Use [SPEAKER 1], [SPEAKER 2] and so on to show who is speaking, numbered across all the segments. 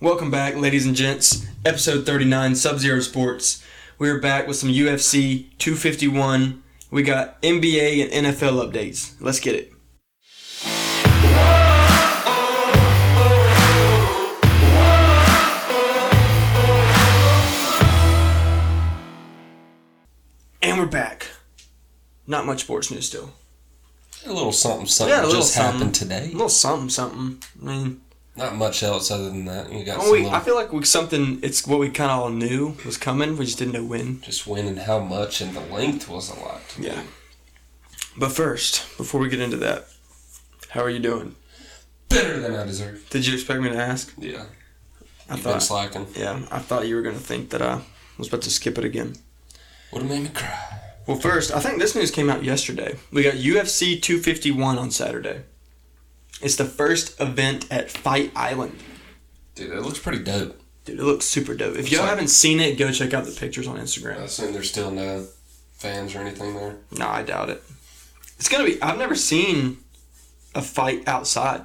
[SPEAKER 1] Welcome back, ladies and gents. Episode 39, Sub Zero Sports. We're back with some UFC 251. We got NBA and NFL updates. Let's get it. And we're back. Not much sports news still.
[SPEAKER 2] A little something, something
[SPEAKER 1] Yeah, a little
[SPEAKER 2] just happened
[SPEAKER 1] A
[SPEAKER 2] today.
[SPEAKER 1] little something, something. I mean,
[SPEAKER 2] Not much else other than that. You got some
[SPEAKER 1] oh, we,
[SPEAKER 2] little,
[SPEAKER 1] I feel like we something. It's what we kind of all knew was coming. We just didn't know when.
[SPEAKER 2] just when and how much, and the length was a lot. to me.
[SPEAKER 1] Yeah. But first, before we get into that, how are you doing?
[SPEAKER 2] better than I deserve.
[SPEAKER 1] Did you expect me to ask?
[SPEAKER 2] Yeah,
[SPEAKER 1] I
[SPEAKER 2] you've been
[SPEAKER 1] thought.
[SPEAKER 2] slacking.
[SPEAKER 1] Yeah, I thought you were gonna think that I was about to skip it again.
[SPEAKER 2] Would have made me cry.
[SPEAKER 1] Well, first, I think this news came out yesterday. We got UFC 251 on Saturday. It's the first event at Fight Island.
[SPEAKER 2] Dude, that looks pretty dope.
[SPEAKER 1] Dude, it looks super dope. If y'all
[SPEAKER 2] like-
[SPEAKER 1] haven't seen it, go check out the pictures on
[SPEAKER 2] I
[SPEAKER 1] Instagram.
[SPEAKER 2] assume there's still no fans or anything there.
[SPEAKER 1] No, I doubt it. It's gonna be. I've never seen a fight outside,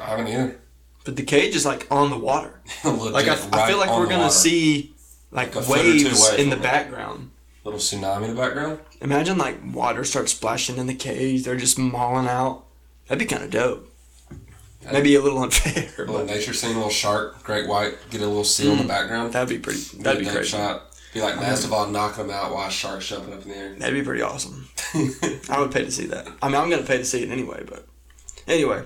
[SPEAKER 2] I haven't either.
[SPEAKER 1] but the cage is like on the water.
[SPEAKER 2] Legit,
[SPEAKER 1] Like I, I
[SPEAKER 2] right
[SPEAKER 1] feel like
[SPEAKER 2] on
[SPEAKER 1] we're
[SPEAKER 2] the
[SPEAKER 1] gonna
[SPEAKER 2] water.
[SPEAKER 1] see like
[SPEAKER 2] Like a foot or two
[SPEAKER 1] waves
[SPEAKER 2] away
[SPEAKER 1] in
[SPEAKER 2] from
[SPEAKER 1] the
[SPEAKER 2] it.
[SPEAKER 1] background.
[SPEAKER 2] little tsunami in the background.
[SPEAKER 1] Imagine like water starts splashing in the cage. They're just mauling out. That'd be kind of dope. Maybe a little unfair,
[SPEAKER 2] A
[SPEAKER 1] but
[SPEAKER 2] little nature scene, a little shark, great white. Get a little seal in the background.
[SPEAKER 1] that'd be pretty.
[SPEAKER 2] Get
[SPEAKER 1] That'd be
[SPEAKER 2] that
[SPEAKER 1] crazy.
[SPEAKER 2] Shot. Be like Masvidal knocking him out while a shark's jumping up in the air.
[SPEAKER 1] That'd be pretty awesome. I would pay to see that. I mean, I'm gonna pay to see it anyway. But anyway,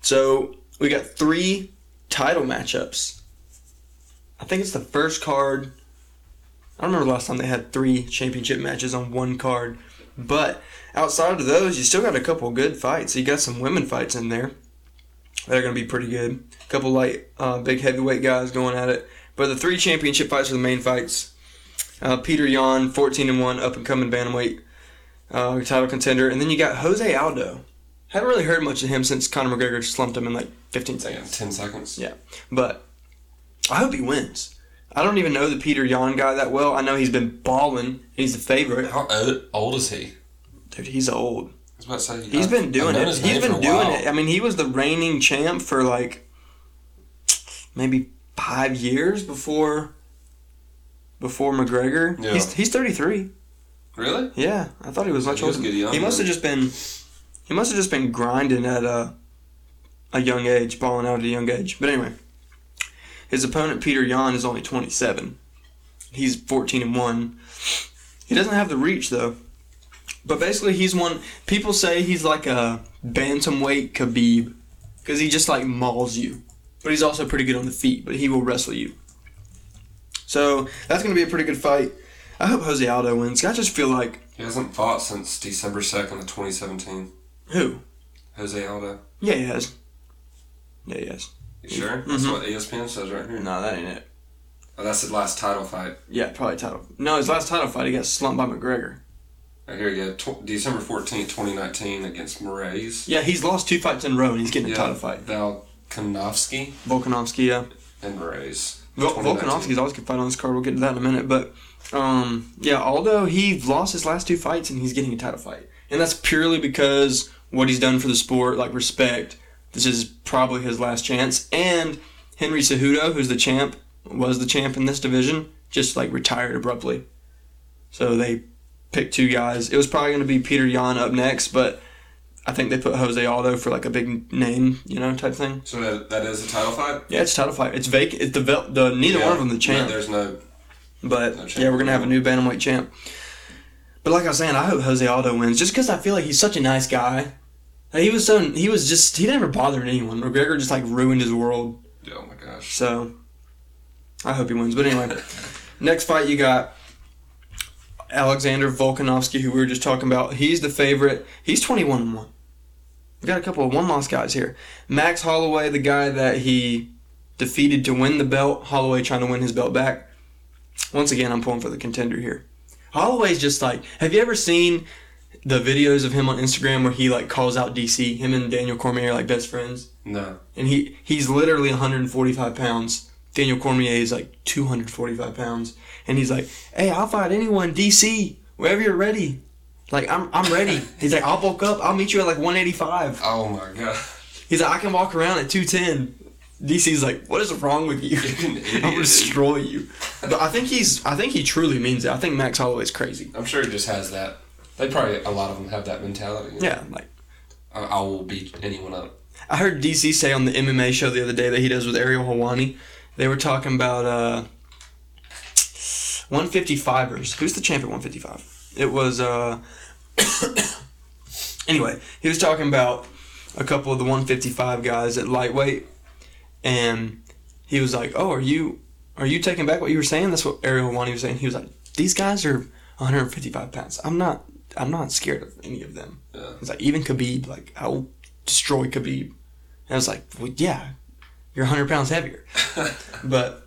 [SPEAKER 1] so we got three title matchups. I think it's the first card. I don't remember last time they had three championship matches on one card, but outside of those, you still got a couple good fights. You got some women fights in there that are going to be pretty good. A couple light, uh, big heavyweight guys going at it. But the three championship fights are the main fights. Uh, Peter Yan, 14 and 1, up and coming bantamweight uh, title contender. And then you got Jose Aldo. Haven't really heard much of him since Conor McGregor slumped him in like 15
[SPEAKER 2] Yeah,
[SPEAKER 1] seconds.
[SPEAKER 2] ten seconds.
[SPEAKER 1] Yeah, but I hope he wins. I don't even know the Peter Yan guy that well. I know he's been balling. He's the favorite.
[SPEAKER 2] How old, old is he?
[SPEAKER 1] Dude, he's old.
[SPEAKER 2] I was about to say he-
[SPEAKER 1] He's
[SPEAKER 2] I've-
[SPEAKER 1] been
[SPEAKER 2] I've
[SPEAKER 1] doing
[SPEAKER 2] known
[SPEAKER 1] it.
[SPEAKER 2] his
[SPEAKER 1] He's
[SPEAKER 2] name for
[SPEAKER 1] been
[SPEAKER 2] a
[SPEAKER 1] doing
[SPEAKER 2] while.
[SPEAKER 1] it. I mean, he was the reigning champ for like maybe five years before before McGregor.
[SPEAKER 2] Yeah.
[SPEAKER 1] He's he's thirty three.
[SPEAKER 2] Really?
[SPEAKER 1] Yeah, I thought he was much
[SPEAKER 2] He was
[SPEAKER 1] older.
[SPEAKER 2] good young,
[SPEAKER 1] he must have
[SPEAKER 2] man.
[SPEAKER 1] just been he must have just been grinding at a a young age, balling out at a young age. But anyway, his opponent Peter Yan is only 27. He's 14 and one. He doesn't have the reach though. But basically, he's one. People say he's like a bantamweight Khabib because he just like mauls you. But he's also pretty good on the feet. But he will wrestle you. So that's gonna be a pretty good fight. I hope Jose Aldo wins. I just feel like
[SPEAKER 2] He hasn't fought since December second of twenty seventeen.
[SPEAKER 1] Who?
[SPEAKER 2] Jose Aldo.
[SPEAKER 1] Yeah, he has. Yeah, he has.
[SPEAKER 2] You sure?
[SPEAKER 1] Mm-hmm.
[SPEAKER 2] That's what E ESPN says right here.
[SPEAKER 1] No, that ain't it.
[SPEAKER 2] Oh, that's his last title fight.
[SPEAKER 1] Yeah, probably title. No, his last title fight, he got slumped by McGregor.
[SPEAKER 2] Right here you go. Tw- December fourteenth, 2019 against Moraes.
[SPEAKER 1] Yeah, he's lost two fights in a row and he's getting a
[SPEAKER 2] Yeah.
[SPEAKER 1] title fight.
[SPEAKER 2] Valkanovski
[SPEAKER 1] Volkanovski, yeah.
[SPEAKER 2] and Moraes.
[SPEAKER 1] Vol-
[SPEAKER 2] 2019.
[SPEAKER 1] Volkanovski's always good fight on this card. We'll get to that in a minute. But, um, yeah, although he lost his last two fights and he's getting a title fight. And that's purely because what he's done for the sport, like respect. This is probably his last chance. And Henry Cejudo, who's the champ, was the champ in this division, just like retired abruptly. So they picked two guys. It was probably going to be Peter Yan up next, but I think they put Jose Aldo for like a big name, you know, type thing.
[SPEAKER 2] So that, that is a title fight?
[SPEAKER 1] Yeah, it's a title fight. It's vacant. It's the, vel- the neither
[SPEAKER 2] Yeah.
[SPEAKER 1] one of them the
[SPEAKER 2] No,
[SPEAKER 1] champ.
[SPEAKER 2] there's no.
[SPEAKER 1] But
[SPEAKER 2] No chance.
[SPEAKER 1] yeah, we're gonna have a new bantamweight champ. But like I was saying, I hope Jose Aldo wins, just because I feel like he's such a nice guy. Like, he was so he was just he never bothered anyone. McGregor just like ruined his world.
[SPEAKER 2] Oh my gosh.
[SPEAKER 1] So I hope he wins. But anyway, next fight you got Alexander Volkanovski, who we were just talking about. He's the favorite. He's twenty one and one. We got a couple of one loss guys here. Max Holloway, the guy that he defeated to win the belt. Holloway trying to win his belt back. Once again, I'm pulling for the contender here. Holloway's just like, have you ever seen the videos of him on Instagram where he like calls out DC? Him and Daniel Cormier are like best friends
[SPEAKER 2] No.
[SPEAKER 1] and he he's literally 145 pounds. Daniel Cormier is like 245 pounds, and he's like, "Hey, I'll fight anyone, DC, wherever you're ready. Like I'm I'm ready." He's like, "I'll bulk up. I'll meet you at like 185."
[SPEAKER 2] Oh my god.
[SPEAKER 1] He's like, "I can walk around at 210." DC's like, what is wrong with you?
[SPEAKER 2] You're an
[SPEAKER 1] I'll
[SPEAKER 2] idiot.
[SPEAKER 1] destroy you. But I think he's. I think he truly means it. I think Max Holloway's crazy.
[SPEAKER 2] I'm sure he just has that. They probably a lot of them have that mentality.
[SPEAKER 1] Yeah, like
[SPEAKER 2] I, I will beat anyone up.
[SPEAKER 1] I heard DC say on the MMA show the other day that he does with Ariel Hawani. They were talking about uh, 155ers. Who's the champ at 155? It was. Uh, anyway, he was talking about a couple of the 155 guys at lightweight, and he was like, "Oh, are you are you taking back what you were saying?" That's what Ariel Hawani was saying. He was like, "These guys are 155 pounds. I'm not. I'm not scared of any of them."
[SPEAKER 2] Yeah.
[SPEAKER 1] He's like, "Even Khabib, like I'll destroy Khabib." And I was like, "Well, yeah, you're 100 pounds heavier." but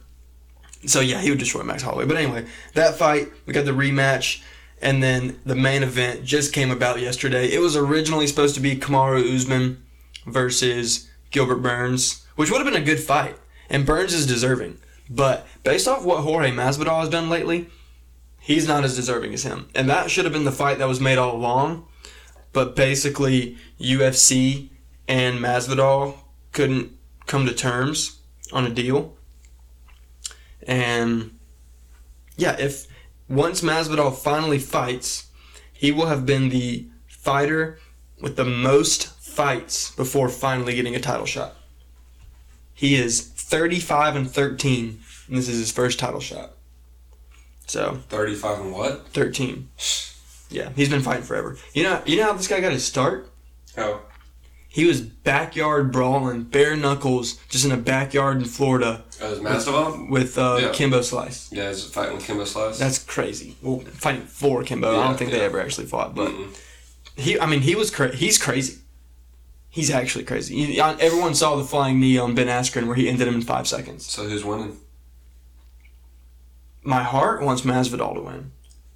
[SPEAKER 1] so yeah, he would destroy Max Holloway. But anyway, that fight, we got the rematch. And then the main event just came about yesterday. It was originally supposed to be Kamaru Usman versus Gilbert Burns, which would have been a good fight. And Burns is deserving. But based off what Jorge Masvidal has done lately, he's not as deserving as him. And that should have been the fight that was made all along. But basically, UFC and Masvidal couldn't come to terms on a deal. And yeah, if once Masvidal finally fights, he will have been the fighter with the most fights before finally getting a title shot. He is 35 and 13, and this is his first title shot. So,
[SPEAKER 2] Thirty-five and what?
[SPEAKER 1] 13. Yeah, he's been fighting forever. You know, you know how this guy got his start?
[SPEAKER 2] Oh,
[SPEAKER 1] He was backyard brawling, bare knuckles, just in a backyard in Florida
[SPEAKER 2] uh, is Mastodon?
[SPEAKER 1] with uh,
[SPEAKER 2] Yeah.
[SPEAKER 1] Kimbo Slice.
[SPEAKER 2] Yeah, is fighting with Kimbo Slice?
[SPEAKER 1] That's crazy. Well, fighting for Kimbo, I
[SPEAKER 2] Yeah,
[SPEAKER 1] don't think they
[SPEAKER 2] yeah.
[SPEAKER 1] ever actually fought, but
[SPEAKER 2] Mm-mm.
[SPEAKER 1] He, I mean, he was cra- he's crazy. He's actually crazy. You- I- everyone saw the flying knee on Ben Askren where he ended him in five seconds.
[SPEAKER 2] So who's winning?
[SPEAKER 1] My heart wants Masvidal to win.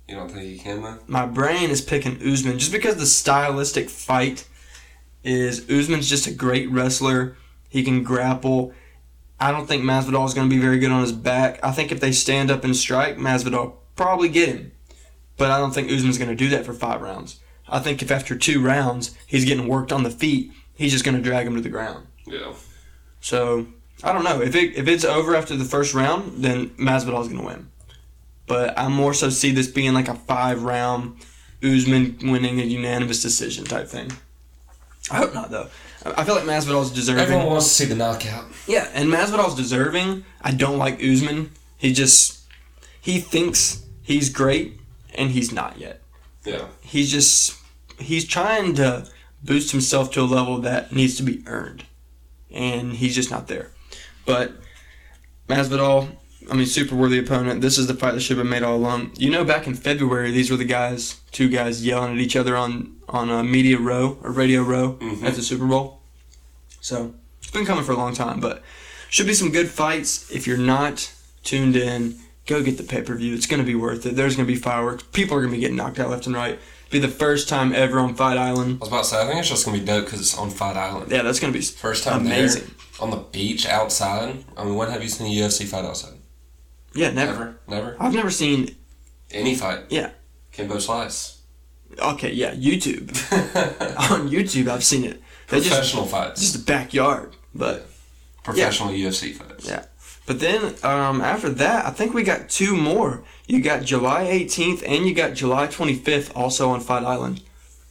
[SPEAKER 2] You don't think he can though?
[SPEAKER 1] My brain is picking Usman just because the stylistic fight is Usman's just a great wrestler. He can grapple. I don't think Masvidal is going to be very good on his back. I think if they stand up and strike, Masvidal probably get him. But I don't think Usman's going to do that for five rounds. I think if after two rounds he's getting worked on the feet, he's just going to drag him to the ground.
[SPEAKER 2] Yeah.
[SPEAKER 1] So I don't know if it if it's over after the first round, then Masvidal's gonna win. But I more so see this being like a five round Usman winning a unanimous decision type thing. I hope not though. I I feel like Masvidal's deserving.
[SPEAKER 2] Everyone wants to see the knockout.
[SPEAKER 1] Yeah, and Masvidal's deserving. I don't like Usman. He just he thinks he's great and he's not yet
[SPEAKER 2] Yeah.
[SPEAKER 1] he's just he's trying to boost himself to a level that needs to be earned, and he's just not there. But Masvidal, I mean, super worthy opponent. This is the fight that should have been made all along. You know, back in February, these were the guys, two guys yelling at each other on on a media row or radio row
[SPEAKER 2] Mhm.
[SPEAKER 1] at the Super Bowl. So it's been coming for a long time, but should be some good fights. If you're not tuned in, go get the pay per view. It's going to be worth it. There's going to be fireworks. People are going to be getting knocked out left and right. Be the first time ever on Fight Island.
[SPEAKER 2] I was about to say, I think it's just gonna be dope because it's on Fight Island.
[SPEAKER 1] Yeah, that's going to be.
[SPEAKER 2] First time
[SPEAKER 1] Amazing.
[SPEAKER 2] there, on the beach outside. I mean, when have you seen a UFC fight outside?
[SPEAKER 1] Yeah, never.
[SPEAKER 2] Never.
[SPEAKER 1] I've never seen.
[SPEAKER 2] Any fight.
[SPEAKER 1] Yeah.
[SPEAKER 2] Kimbo Slice.
[SPEAKER 1] Okay, yeah, YouTube.
[SPEAKER 2] Professional
[SPEAKER 1] on YouTube, I've seen it. They just
[SPEAKER 2] fights.
[SPEAKER 1] just the backyard, but
[SPEAKER 2] Professional UFC fights.
[SPEAKER 1] Yeah. but then um, after that, I think we got two more. You got July 18th and you got July 25th, also on Fight Island.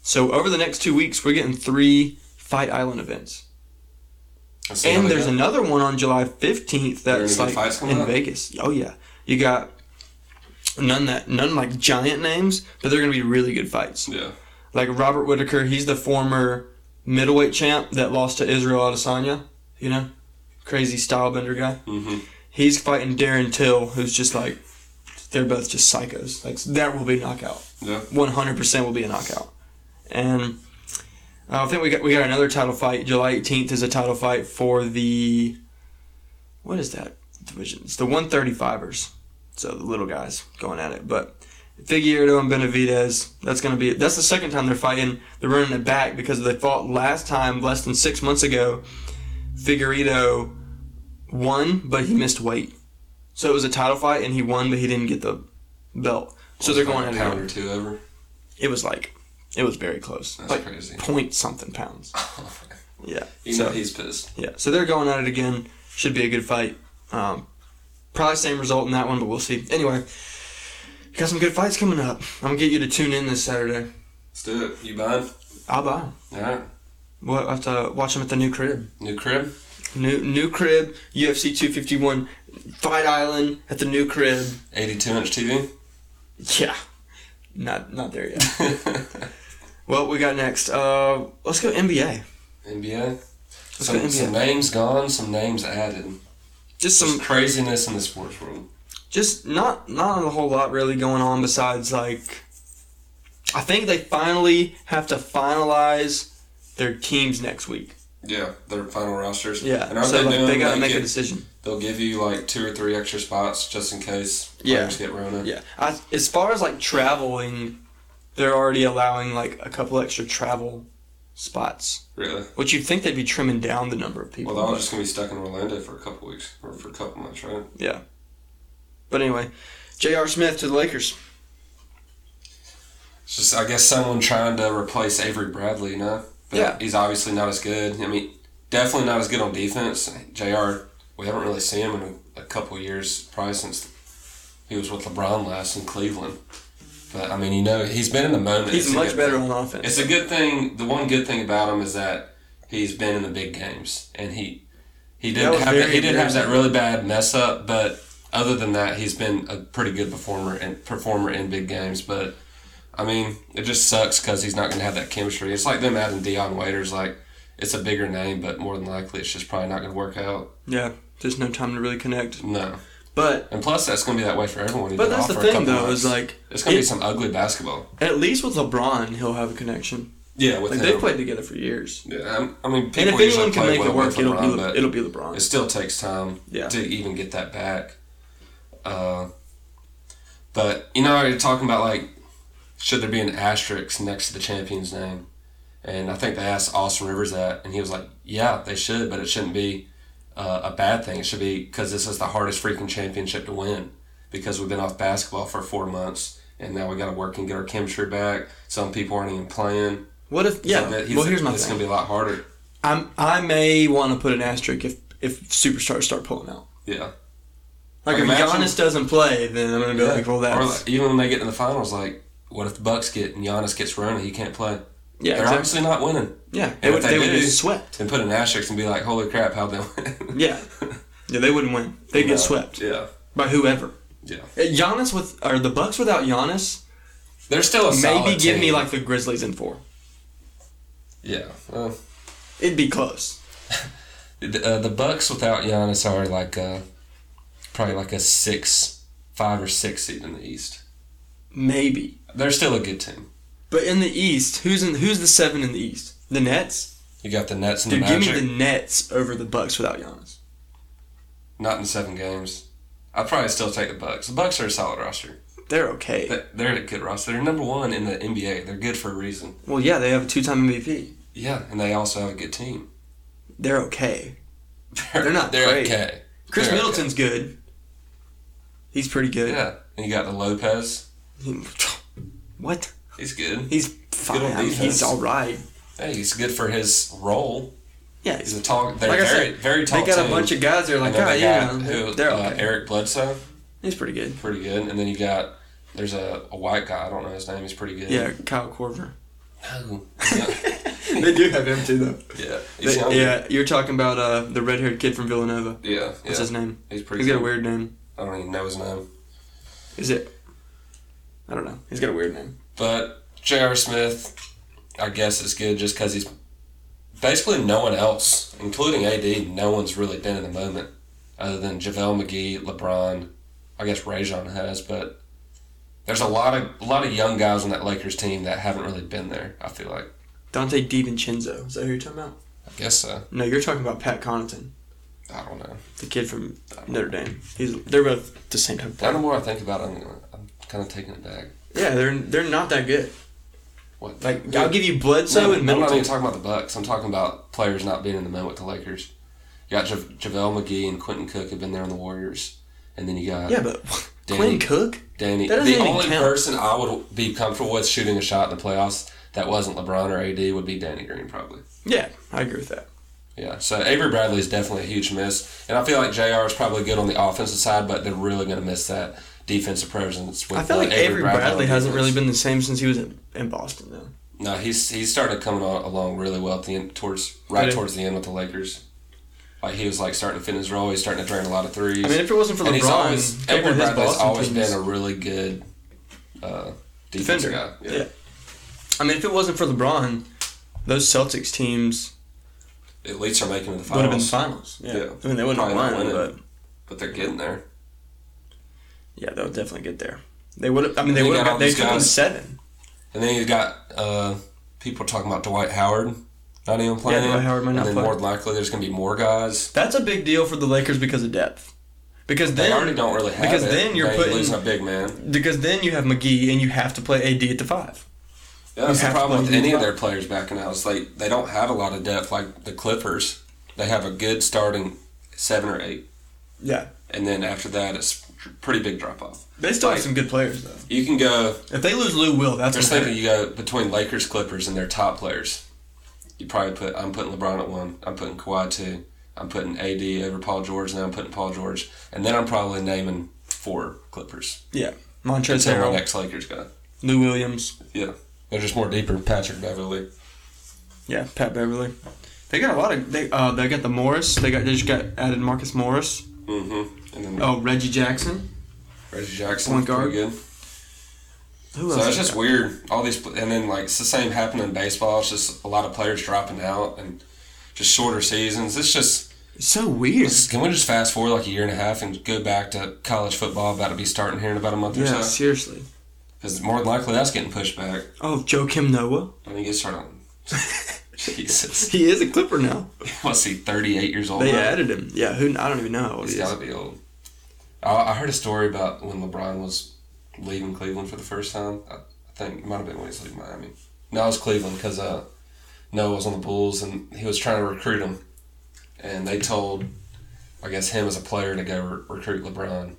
[SPEAKER 1] So over the next two weeks, we're getting three Fight Island events,
[SPEAKER 2] Let's see how
[SPEAKER 1] and
[SPEAKER 2] they
[SPEAKER 1] there's
[SPEAKER 2] go.
[SPEAKER 1] another one on July 15th
[SPEAKER 2] There are
[SPEAKER 1] that's
[SPEAKER 2] gonna
[SPEAKER 1] like
[SPEAKER 2] be fights coming
[SPEAKER 1] in
[SPEAKER 2] up?
[SPEAKER 1] Vegas. Oh yeah, you got none that none like giant names, but they're gonna be really good fights.
[SPEAKER 2] Yeah.
[SPEAKER 1] like Robert Whitaker, he's the former middleweight champ that lost to Israel Adesanya, you know, crazy style bender guy.
[SPEAKER 2] Mm-hmm.
[SPEAKER 1] He's fighting Darren Till, who's just like, they're both just psychos. Like that will be knockout.
[SPEAKER 2] Yeah.
[SPEAKER 1] One hundred percent will be a knockout. And uh, I think we got we got another title fight. July eighteenth is a title fight for the, what is that division? It's the one thirty fivers. So the little guys going at it, but. Figueredo and Benavidez. That's gonna be. That's the second time they're fighting. They're running it back because they fought last time less than six months ago. Figueredo won, but he missed weight, so it was a title fight, and he won, but he didn't get the belt. So they're going at
[SPEAKER 2] a
[SPEAKER 1] it.
[SPEAKER 2] pound
[SPEAKER 1] again.
[SPEAKER 2] or two over.
[SPEAKER 1] It was like, it was very close,
[SPEAKER 2] That's
[SPEAKER 1] like
[SPEAKER 2] crazy.
[SPEAKER 1] point something pounds. Yeah.
[SPEAKER 2] you know
[SPEAKER 1] So
[SPEAKER 2] he's pissed.
[SPEAKER 1] yeah, so they're going at it again. Should be a good fight. Um, probably same result in that one, but we'll see. Anyway, got some good fights coming up. I'm gonna get you to tune in this Saturday.
[SPEAKER 2] Let's do it. You buying?
[SPEAKER 1] I'll buy. 'em.
[SPEAKER 2] All right.
[SPEAKER 1] We'll have to watch them at the new crib.
[SPEAKER 2] New crib.
[SPEAKER 1] New new crib, UFC 251, Fight Island at the new crib.
[SPEAKER 2] 82 inch TV.
[SPEAKER 1] Yeah, not not there yet. Well, we got next. Uh, let's go NBA.
[SPEAKER 2] NBA.
[SPEAKER 1] Let's
[SPEAKER 2] Some,
[SPEAKER 1] go
[SPEAKER 2] some
[SPEAKER 1] NBA.
[SPEAKER 2] names gone, some names added.
[SPEAKER 1] Just
[SPEAKER 2] Some
[SPEAKER 1] some,
[SPEAKER 2] craziness in the sports world.
[SPEAKER 1] just not not a whole lot really going on besides like. I think they finally have to finalize their teams next week.
[SPEAKER 2] Yeah, their final rosters.
[SPEAKER 1] Yeah,
[SPEAKER 2] and aren't
[SPEAKER 1] so
[SPEAKER 2] they
[SPEAKER 1] like
[SPEAKER 2] doing
[SPEAKER 1] they gotta
[SPEAKER 2] like
[SPEAKER 1] make a
[SPEAKER 2] it-
[SPEAKER 1] decision.
[SPEAKER 2] They'll give you like two or three extra spots just in case
[SPEAKER 1] Yeah.
[SPEAKER 2] players get Rona.
[SPEAKER 1] Yeah, I, as far as like traveling, they're already allowing like a couple extra travel spots,
[SPEAKER 2] Really?
[SPEAKER 1] which you'd think they'd be trimming down the number of people.
[SPEAKER 2] Well, they're all
[SPEAKER 1] but-
[SPEAKER 2] just gonna be stuck in Orlando for a couple weeks or for a couple months, right?
[SPEAKER 1] But anyway, J.R. Smith to the Lakers.
[SPEAKER 2] It's just I guess someone trying to replace Avery Bradley, you know? But
[SPEAKER 1] Yeah.
[SPEAKER 2] He's obviously not as good. I mean, definitely not as good on defense. Jr. We haven't really seen him in a, a couple years, probably since he was with LeBron last in Cleveland. But I mean, you know, he's been in the moment.
[SPEAKER 1] He's
[SPEAKER 2] It's a
[SPEAKER 1] much
[SPEAKER 2] good
[SPEAKER 1] better
[SPEAKER 2] thing.
[SPEAKER 1] on offense.
[SPEAKER 2] It's a good thing. The one good thing about him is that he's been in the big games, and he he
[SPEAKER 1] That
[SPEAKER 2] did
[SPEAKER 1] was
[SPEAKER 2] have that,
[SPEAKER 1] very
[SPEAKER 2] he did have that
[SPEAKER 1] embarrassing.
[SPEAKER 2] really bad mess up, but other than that, he's been a pretty good performer and performer in big games. But I mean, it just sucks because he's not going to have that chemistry. It's like them adding Dion Waiters. Like it's a bigger name, but more than likely, it's just probably not going to work out.
[SPEAKER 1] Yeah, there's no time to really connect.
[SPEAKER 2] No,
[SPEAKER 1] But
[SPEAKER 2] and plus that's going to be that way for everyone. He's
[SPEAKER 1] but
[SPEAKER 2] been
[SPEAKER 1] that's
[SPEAKER 2] off
[SPEAKER 1] the
[SPEAKER 2] for a
[SPEAKER 1] thing
[SPEAKER 2] couple
[SPEAKER 1] though
[SPEAKER 2] months.
[SPEAKER 1] is like
[SPEAKER 2] it's going to
[SPEAKER 1] it-
[SPEAKER 2] be some ugly basketball.
[SPEAKER 1] at least with LeBron he'll have a connection.
[SPEAKER 2] Yeah, with
[SPEAKER 1] Like
[SPEAKER 2] him.
[SPEAKER 1] they played together for years.
[SPEAKER 2] yeah, I'm- I mean, people
[SPEAKER 1] And if
[SPEAKER 2] usually
[SPEAKER 1] anyone can
[SPEAKER 2] play
[SPEAKER 1] make
[SPEAKER 2] well
[SPEAKER 1] it work,
[SPEAKER 2] with
[SPEAKER 1] it'll
[SPEAKER 2] LeBron,
[SPEAKER 1] be
[SPEAKER 2] but-
[SPEAKER 1] Le- it'll be
[SPEAKER 2] It
[SPEAKER 1] LeBron.
[SPEAKER 2] still takes time
[SPEAKER 1] Yeah.
[SPEAKER 2] to even get that back. Uh, but you know, you're talking about like, should there be an asterisk next to the champion's name? And I think they asked Austin Rivers that, and he was like, "Yeah, they should, but it shouldn't be uh, a bad thing. It should be because this is the hardest freaking championship to win because we've been off basketball for four months, and now we got to work and get our chemistry back. Some people aren't even playing.
[SPEAKER 1] What if yeah?
[SPEAKER 2] So that- he's-
[SPEAKER 1] well, here's my
[SPEAKER 2] It's
[SPEAKER 1] thing.
[SPEAKER 2] gonna be a lot harder.
[SPEAKER 1] I'm I may want to put an asterisk if if superstars start pulling out.
[SPEAKER 2] Yeah.
[SPEAKER 1] Like,
[SPEAKER 2] Like,
[SPEAKER 1] if
[SPEAKER 2] imagine-
[SPEAKER 1] Giannis doesn't play, then I'm gonna be
[SPEAKER 2] Yeah.
[SPEAKER 1] like, well,
[SPEAKER 2] Or
[SPEAKER 1] that's
[SPEAKER 2] like, even when they get in the finals, like, what if the Bucks get and Giannis gets Rona? He can't play.
[SPEAKER 1] yeah,
[SPEAKER 2] They're
[SPEAKER 1] exactly.
[SPEAKER 2] obviously not winning.
[SPEAKER 1] yeah. They would
[SPEAKER 2] if they
[SPEAKER 1] they would
[SPEAKER 2] do-
[SPEAKER 1] get swept.
[SPEAKER 2] And put an asterisk and be like, holy crap, how'd they win?
[SPEAKER 1] Yeah, yeah. They wouldn't win. They'd
[SPEAKER 2] No.
[SPEAKER 1] get swept
[SPEAKER 2] yeah.
[SPEAKER 1] by whoever.
[SPEAKER 2] Yeah.
[SPEAKER 1] Uh, Giannis with or the Bucks without Giannis,
[SPEAKER 2] They're still a solid
[SPEAKER 1] maybe give me
[SPEAKER 2] team.
[SPEAKER 1] like the Grizzlies in four.
[SPEAKER 2] Yeah. Uh,
[SPEAKER 1] It'd be close.
[SPEAKER 2] the, uh, the Bucks without Giannis are like a, probably like a six, five or six seed in the East.
[SPEAKER 1] Maybe.
[SPEAKER 2] They're still a good team.
[SPEAKER 1] But in the East, who's in who's the seven in the East? The Nets?
[SPEAKER 2] You got the Nets and
[SPEAKER 1] Dude,
[SPEAKER 2] the
[SPEAKER 1] give
[SPEAKER 2] Magic.
[SPEAKER 1] me the Nets over the Bucks without Giannis.
[SPEAKER 2] Not in seven games. I'd probably still take the Bucks. The Bucks are a solid roster.
[SPEAKER 1] They're okay.
[SPEAKER 2] They- They're a good roster. They're number one in the NBA. They're good for a reason.
[SPEAKER 1] Well, yeah, they have a two-time MVP.
[SPEAKER 2] Yeah, and they also have a good team.
[SPEAKER 1] They're okay. They're not
[SPEAKER 2] They're
[SPEAKER 1] great.
[SPEAKER 2] okay.
[SPEAKER 1] Chris
[SPEAKER 2] They're okay.
[SPEAKER 1] Middleton's good. He's pretty good.
[SPEAKER 2] Yeah, and you got the Lopez.
[SPEAKER 1] He- what?
[SPEAKER 2] He's good.
[SPEAKER 1] He's fine.
[SPEAKER 2] on
[SPEAKER 1] I mean,
[SPEAKER 2] defense.
[SPEAKER 1] he's all right.
[SPEAKER 2] Hey, he's good for his role.
[SPEAKER 1] Yeah,
[SPEAKER 2] He's
[SPEAKER 1] he's,
[SPEAKER 2] a tall. They're
[SPEAKER 1] Like I
[SPEAKER 2] very,
[SPEAKER 1] said,
[SPEAKER 2] very tall.
[SPEAKER 1] they got a
[SPEAKER 2] team.
[SPEAKER 1] bunch of guys. They're like,
[SPEAKER 2] And then
[SPEAKER 1] oh
[SPEAKER 2] they
[SPEAKER 1] yeah,
[SPEAKER 2] got
[SPEAKER 1] they're,
[SPEAKER 2] who,
[SPEAKER 1] they're
[SPEAKER 2] uh,
[SPEAKER 1] okay.
[SPEAKER 2] Eric Bledsoe,
[SPEAKER 1] he's pretty good.
[SPEAKER 2] pretty good, and then you got there's a, a white guy. I don't know his name. He's pretty good.
[SPEAKER 1] Yeah, Kyle Corver.
[SPEAKER 2] No.
[SPEAKER 1] they do have him too, though.
[SPEAKER 2] yeah. He's
[SPEAKER 1] They-
[SPEAKER 2] young.
[SPEAKER 1] yeah, you're talking about uh, the red-haired kid from Villanova.
[SPEAKER 2] Yeah.
[SPEAKER 1] What's
[SPEAKER 2] yeah.
[SPEAKER 1] his name?
[SPEAKER 2] He's pretty.
[SPEAKER 1] He's got a
[SPEAKER 2] good.
[SPEAKER 1] weird name.
[SPEAKER 2] I don't even know his name.
[SPEAKER 1] Is it? I don't know. He's got a weird name.
[SPEAKER 2] But J.R. Smith, I guess, is good just because he's basically no one else, including AD, no one's really been in the moment other than JaVale McGee, LeBron. I guess Rajon has, but there's a lot of a lot of young guys on that Lakers team that haven't really been there. I feel like.
[SPEAKER 1] Dante DiVincenzo. Is that who you're talking about?
[SPEAKER 2] I guess so.
[SPEAKER 1] No, you're talking about Pat Connaughton,
[SPEAKER 2] I don't know.
[SPEAKER 1] the kid from Notre Dame. He's they're both the same type of
[SPEAKER 2] Now the
[SPEAKER 1] player.
[SPEAKER 2] more I think about it, I'm, I'm kind of taking it back.
[SPEAKER 1] Yeah, they're they're not that good.
[SPEAKER 2] What?
[SPEAKER 1] Like
[SPEAKER 2] Yeah.
[SPEAKER 1] I'll give you Bledsoe
[SPEAKER 2] no,
[SPEAKER 1] and
[SPEAKER 2] I'm not
[SPEAKER 1] Middleton.
[SPEAKER 2] even talking about the Bucks. I'm talking about players not being in the moment with the Lakers. You got ja- JaVale McGee and Quentin Cook have been there on the Warriors, and then you got
[SPEAKER 1] yeah, but
[SPEAKER 2] Danny-
[SPEAKER 1] Quinn Cook.
[SPEAKER 2] Danny.
[SPEAKER 1] That doesn't
[SPEAKER 2] the
[SPEAKER 1] even
[SPEAKER 2] only
[SPEAKER 1] count.
[SPEAKER 2] person I would be comfortable with shooting a shot in the playoffs that wasn't LeBron or AD would be Danny Green, probably.
[SPEAKER 1] Yeah, I agree with that.
[SPEAKER 2] Yeah, so Avery Bradley is definitely a huge miss, and I feel like Jr. is probably good on the offensive side, but they're really going to miss that defensive presence. With
[SPEAKER 1] I feel
[SPEAKER 2] uh,
[SPEAKER 1] like Avery Bradley, hasn't
[SPEAKER 2] defense.
[SPEAKER 1] really been the same since he was in, in Boston, though.
[SPEAKER 2] No, he's he started coming al- along really well at the end, towards right
[SPEAKER 1] Did he?
[SPEAKER 2] towards the end with the Lakers. Like he was like starting to fit in his role. He's starting to drain a lot of threes.
[SPEAKER 1] I mean, if it wasn't for
[SPEAKER 2] and he's
[SPEAKER 1] LeBron,
[SPEAKER 2] always Avery
[SPEAKER 1] everyone has
[SPEAKER 2] Bradley's
[SPEAKER 1] Boston
[SPEAKER 2] always
[SPEAKER 1] teams.
[SPEAKER 2] been a really good uh,
[SPEAKER 1] defender.
[SPEAKER 2] defensive guy.
[SPEAKER 1] Yeah. I mean, if it wasn't for LeBron, those Celtics teams
[SPEAKER 2] at least are making it to the
[SPEAKER 1] would have been
[SPEAKER 2] finals,
[SPEAKER 1] finals. Yeah.
[SPEAKER 2] Yeah.
[SPEAKER 1] I mean, they wouldn't have
[SPEAKER 2] Probably not
[SPEAKER 1] won,
[SPEAKER 2] winning.
[SPEAKER 1] but
[SPEAKER 2] but they're getting there.
[SPEAKER 1] yeah, they'll definitely get there. They would have. I mean, they
[SPEAKER 2] They
[SPEAKER 1] would
[SPEAKER 2] got
[SPEAKER 1] have.
[SPEAKER 2] all
[SPEAKER 1] They
[SPEAKER 2] these
[SPEAKER 1] could have won
[SPEAKER 2] guys.
[SPEAKER 1] seven.
[SPEAKER 2] And then you got uh, people talking about Dwight Howard not even playing.
[SPEAKER 1] Dwight Howard might
[SPEAKER 2] and
[SPEAKER 1] not
[SPEAKER 2] then
[SPEAKER 1] play.
[SPEAKER 2] more than likely there's going to be more guys.
[SPEAKER 1] That's a big deal for the Lakers because of depth. Because then
[SPEAKER 2] they already don't really have
[SPEAKER 1] because
[SPEAKER 2] it.
[SPEAKER 1] then you're
[SPEAKER 2] Now
[SPEAKER 1] putting-
[SPEAKER 2] losing a big man.
[SPEAKER 1] because then you have McGee and you have to play AD at the five.
[SPEAKER 2] Yeah, that's
[SPEAKER 1] You
[SPEAKER 2] the
[SPEAKER 1] have to
[SPEAKER 2] problem
[SPEAKER 1] play
[SPEAKER 2] with
[SPEAKER 1] who you
[SPEAKER 2] any of
[SPEAKER 1] want.
[SPEAKER 2] their players back now. It's like they don't have a lot of depth like the Clippers. They have a good starting seven or eight,
[SPEAKER 1] Yeah,
[SPEAKER 2] and then after that it's pretty big drop off.
[SPEAKER 1] they still
[SPEAKER 2] Like-
[SPEAKER 1] have some good players though.
[SPEAKER 2] You can go.
[SPEAKER 1] If they lose Lou Will, that's
[SPEAKER 2] Just
[SPEAKER 1] gonna
[SPEAKER 2] thinking, you go between Lakers, Clippers, and their top players. You probably put. I'm putting LeBron at one. I'm putting Kawhi at two. I'm putting AD over Paul George, and then I'm putting Paul George, and then I'm probably naming four Clippers.
[SPEAKER 1] hurt. yeah. Montrezl
[SPEAKER 2] Until my
[SPEAKER 1] Harrell,
[SPEAKER 2] next Lakers guy.
[SPEAKER 1] Lou Williams,
[SPEAKER 2] Yeah, they're just more deeper. Patrick Beverly.
[SPEAKER 1] yeah, Pat Beverly. They got a lot of they. Uh, they got the Morris. They got they just got added Marcus Morris.
[SPEAKER 2] Mm-hmm. And then
[SPEAKER 1] Oh, Reggie Jackson.
[SPEAKER 2] Reggie Jackson.
[SPEAKER 1] Point guard.
[SPEAKER 2] pretty Good.
[SPEAKER 1] Who
[SPEAKER 2] So
[SPEAKER 1] else?
[SPEAKER 2] it's just weird. All these, pl- and then like it's the same happening in baseball. It's just a lot of players dropping out and just shorter seasons. It's just
[SPEAKER 1] It's so weird.
[SPEAKER 2] Let's- Can we just fast forward like a year and a half and go back to college football about to be starting here in about a month or
[SPEAKER 1] Yeah,
[SPEAKER 2] so?
[SPEAKER 1] seriously.
[SPEAKER 2] Because more than likely that's getting pushed back.
[SPEAKER 1] Oh, Joe Kim Noah.
[SPEAKER 2] I mean, get started on. Jesus.
[SPEAKER 1] He is a Clipper now.
[SPEAKER 2] What's he, 38 years old?
[SPEAKER 1] They
[SPEAKER 2] now?
[SPEAKER 1] added him. Yeah, who I don't even know how old
[SPEAKER 2] He's
[SPEAKER 1] he is.
[SPEAKER 2] got to be old. I, I heard a story about when LeBron was leaving Cleveland for the first time. I, I think it might have been when he was leaving Miami. No, it was Cleveland because uh, Noah was on the Bulls and he was trying to recruit him. And they told, I guess, him as a player to go re- recruit LeBron.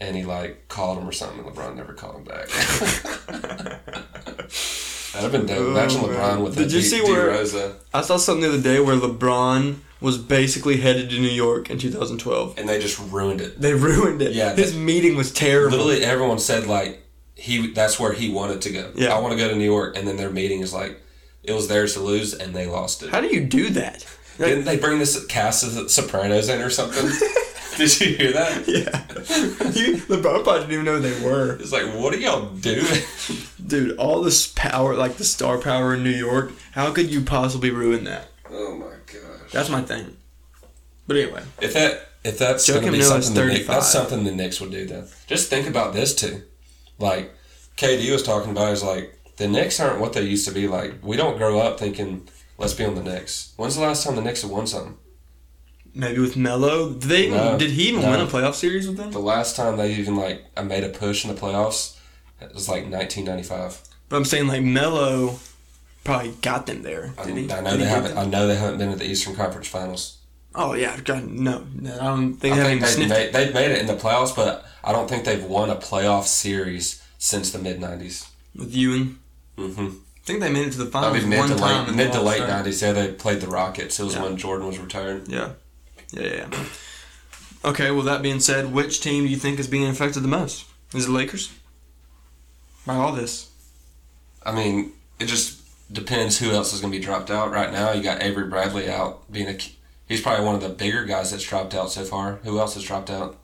[SPEAKER 2] And he like called him or something, and LeBron never called him back. That'd have been dope.
[SPEAKER 1] Oh,
[SPEAKER 2] Imagine
[SPEAKER 1] man.
[SPEAKER 2] LeBron with
[SPEAKER 1] Did
[SPEAKER 2] a
[SPEAKER 1] you
[SPEAKER 2] D-
[SPEAKER 1] see
[SPEAKER 2] D
[SPEAKER 1] where-
[SPEAKER 2] Rosa,
[SPEAKER 1] I saw something the other day where LeBron was basically headed to New York in 2012.
[SPEAKER 2] and they just ruined it.
[SPEAKER 1] They ruined it.
[SPEAKER 2] Yeah,
[SPEAKER 1] His meeting was terrible.
[SPEAKER 2] Literally everyone said like he that's where he wanted to go.
[SPEAKER 1] Yeah.
[SPEAKER 2] I want to go to New York, and then their meeting is like it was theirs to lose, and they lost it.
[SPEAKER 1] How do you do that? Like,
[SPEAKER 2] Didn't they bring this cast of the Sopranos in or something? Did you hear that?
[SPEAKER 1] yeah. you, LeBron probably didn't even know who they were.
[SPEAKER 2] It's like what are y'all doing?
[SPEAKER 1] Dude, all this power, like the star power in New York, how could you possibly ruin that?
[SPEAKER 2] oh my gosh!
[SPEAKER 1] That's my thing. But anyway.
[SPEAKER 2] If that if that's
[SPEAKER 1] Joakim
[SPEAKER 2] gonna be
[SPEAKER 1] Noah's
[SPEAKER 2] something the Knicks,
[SPEAKER 1] 35.
[SPEAKER 2] that's something the Knicks would do then. Just think about this too. Like KD was talking about is like the Knicks aren't what they used to be. Like we don't grow up thinking let's be on the Knicks. When's the last time the Knicks have won something?
[SPEAKER 1] Maybe with Melo. Did, they even,
[SPEAKER 2] No,
[SPEAKER 1] did he even
[SPEAKER 2] no.
[SPEAKER 1] win a playoff series with them?
[SPEAKER 2] The last time they even like I made a push in the playoffs, it was like 1995.
[SPEAKER 1] But I'm saying like Melo probably got them there.
[SPEAKER 2] I,
[SPEAKER 1] Did he?
[SPEAKER 2] I know
[SPEAKER 1] Did
[SPEAKER 2] they
[SPEAKER 1] he get
[SPEAKER 2] haven't.
[SPEAKER 1] them?
[SPEAKER 2] I know they haven't been to the Eastern Conference Finals.
[SPEAKER 1] Oh yeah, God, no, no, I don't think
[SPEAKER 2] I
[SPEAKER 1] they
[SPEAKER 2] think
[SPEAKER 1] haven't
[SPEAKER 2] they've
[SPEAKER 1] sniffed.
[SPEAKER 2] made, they've made it in the playoffs, but I don't think they've won a playoff series since the mid 90s.
[SPEAKER 1] with Ewan.
[SPEAKER 2] Mm-hmm.
[SPEAKER 1] I think they made it to the
[SPEAKER 2] I
[SPEAKER 1] finals
[SPEAKER 2] mean, mid
[SPEAKER 1] Um, one
[SPEAKER 2] to
[SPEAKER 1] time.
[SPEAKER 2] late,
[SPEAKER 1] and
[SPEAKER 2] mid to
[SPEAKER 1] lost,
[SPEAKER 2] late
[SPEAKER 1] right?
[SPEAKER 2] 90s. Yeah, they played the Rockets. It was
[SPEAKER 1] Yeah.
[SPEAKER 2] when Jordan was retired.
[SPEAKER 1] Yeah, yeah, yeah. yeah. Okay, well that being said, which team do you think is being affected the most? Is it Lakers? By all this,
[SPEAKER 2] I mean, it just depends who else is going to be dropped out. Right now, you got Avery Bradley out being a. He's probably one of the bigger guys that's dropped out so far. Who else has dropped out?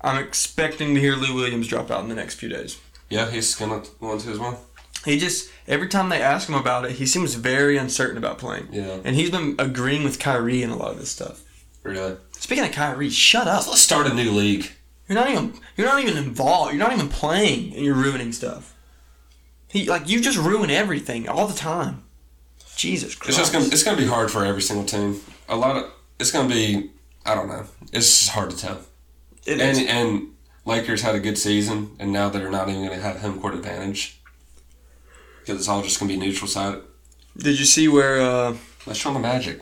[SPEAKER 1] I'm expecting to hear Lou Williams drop out in the next few days.
[SPEAKER 2] Yeah, he's gonna want to as well.
[SPEAKER 1] He just every time they ask him about it, he seems very uncertain about playing.
[SPEAKER 2] Yeah.
[SPEAKER 1] And he's been agreeing with Kyrie in a lot of this stuff.
[SPEAKER 2] Really?
[SPEAKER 1] Speaking of Kyrie, shut up.
[SPEAKER 2] Let's start a new league.
[SPEAKER 1] You're not even you're not even involved. You're not even playing, and you're ruining stuff. He like you just ruin everything all the time. Jesus
[SPEAKER 2] It's
[SPEAKER 1] Christ!
[SPEAKER 2] just gonna it's gonna be hard for every single team. A lot of it's gonna be I don't know. It's just hard to tell.
[SPEAKER 1] It
[SPEAKER 2] And
[SPEAKER 1] is.
[SPEAKER 2] and Lakers had a good season, and now they're not even gonna have home court advantage because it's all just gonna be neutral side.
[SPEAKER 1] Did you see where? uh
[SPEAKER 2] Let's show 'em the magic.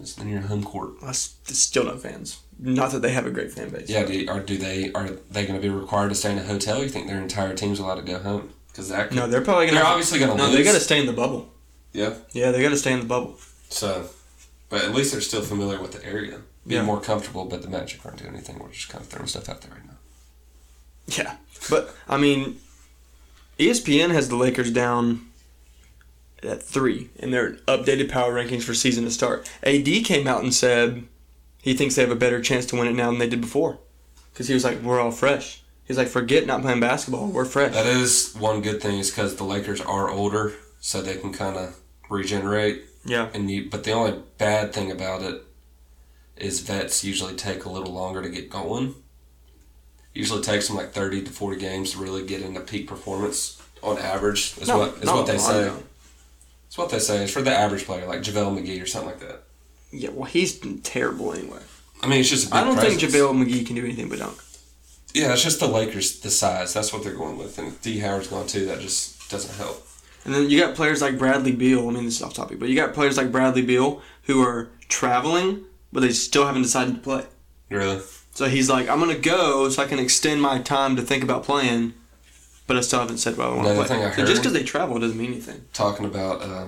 [SPEAKER 2] It's in your home court.
[SPEAKER 1] us- Still no fans. Not that they have a great fan base.
[SPEAKER 2] Yeah. Do you, or do they are they gonna be required to stay in a hotel? You think their entire team's allowed to go home? Because that could,
[SPEAKER 1] No, they're probably gonna.
[SPEAKER 2] They're obviously gonna
[SPEAKER 1] No,
[SPEAKER 2] lose.
[SPEAKER 1] they gotta stay in the bubble.
[SPEAKER 2] yeah.
[SPEAKER 1] Yeah, they gotta stay in the bubble.
[SPEAKER 2] So But at least they're still familiar with the area. Be
[SPEAKER 1] Yeah.
[SPEAKER 2] more comfortable, but the Magic aren't doing anything. We're just kind of throwing stuff out there right now.
[SPEAKER 1] Yeah, but I mean, E ESPN has the Lakers down at three in their updated power rankings for season to start. AD came out and said he thinks they have a better chance to win it now than they did before, because he was like, "We're all fresh." He's like, "Forget not playing basketball. We're fresh."
[SPEAKER 2] That is one good thing is because the Lakers are older, so they can kind of regenerate.
[SPEAKER 1] Yeah.
[SPEAKER 2] And you, but the only bad thing about it is vets usually take a little longer to get going. Usually takes them like thirty to forty games to really get into peak performance on average. Is
[SPEAKER 1] No,
[SPEAKER 2] what is
[SPEAKER 1] no,
[SPEAKER 2] what
[SPEAKER 1] I
[SPEAKER 2] they say.
[SPEAKER 1] know.
[SPEAKER 2] It's what they say. It's for the average player, like JaVale McGee or something like that.
[SPEAKER 1] Yeah, well, he's terrible anyway.
[SPEAKER 2] I mean, it's just. A big
[SPEAKER 1] I don't think
[SPEAKER 2] presence.
[SPEAKER 1] JaVale McGee can do anything but dunk.
[SPEAKER 2] Yeah, it's just the Lakers, the size. That's what they're going with, and D Howard's gone too. That just doesn't help.
[SPEAKER 1] And then you got players like Bradley Beal. I mean, this is off topic, but you got players like Bradley Beal who are traveling, but they still haven't decided to play.
[SPEAKER 2] Really.
[SPEAKER 1] So he's like, I'm gonna go so I can extend my time to think about playing, but I still haven't said what I want to
[SPEAKER 2] Another
[SPEAKER 1] play.
[SPEAKER 2] thing I
[SPEAKER 1] So just
[SPEAKER 2] heard-
[SPEAKER 1] because they travel doesn't mean anything.
[SPEAKER 2] talking about uh,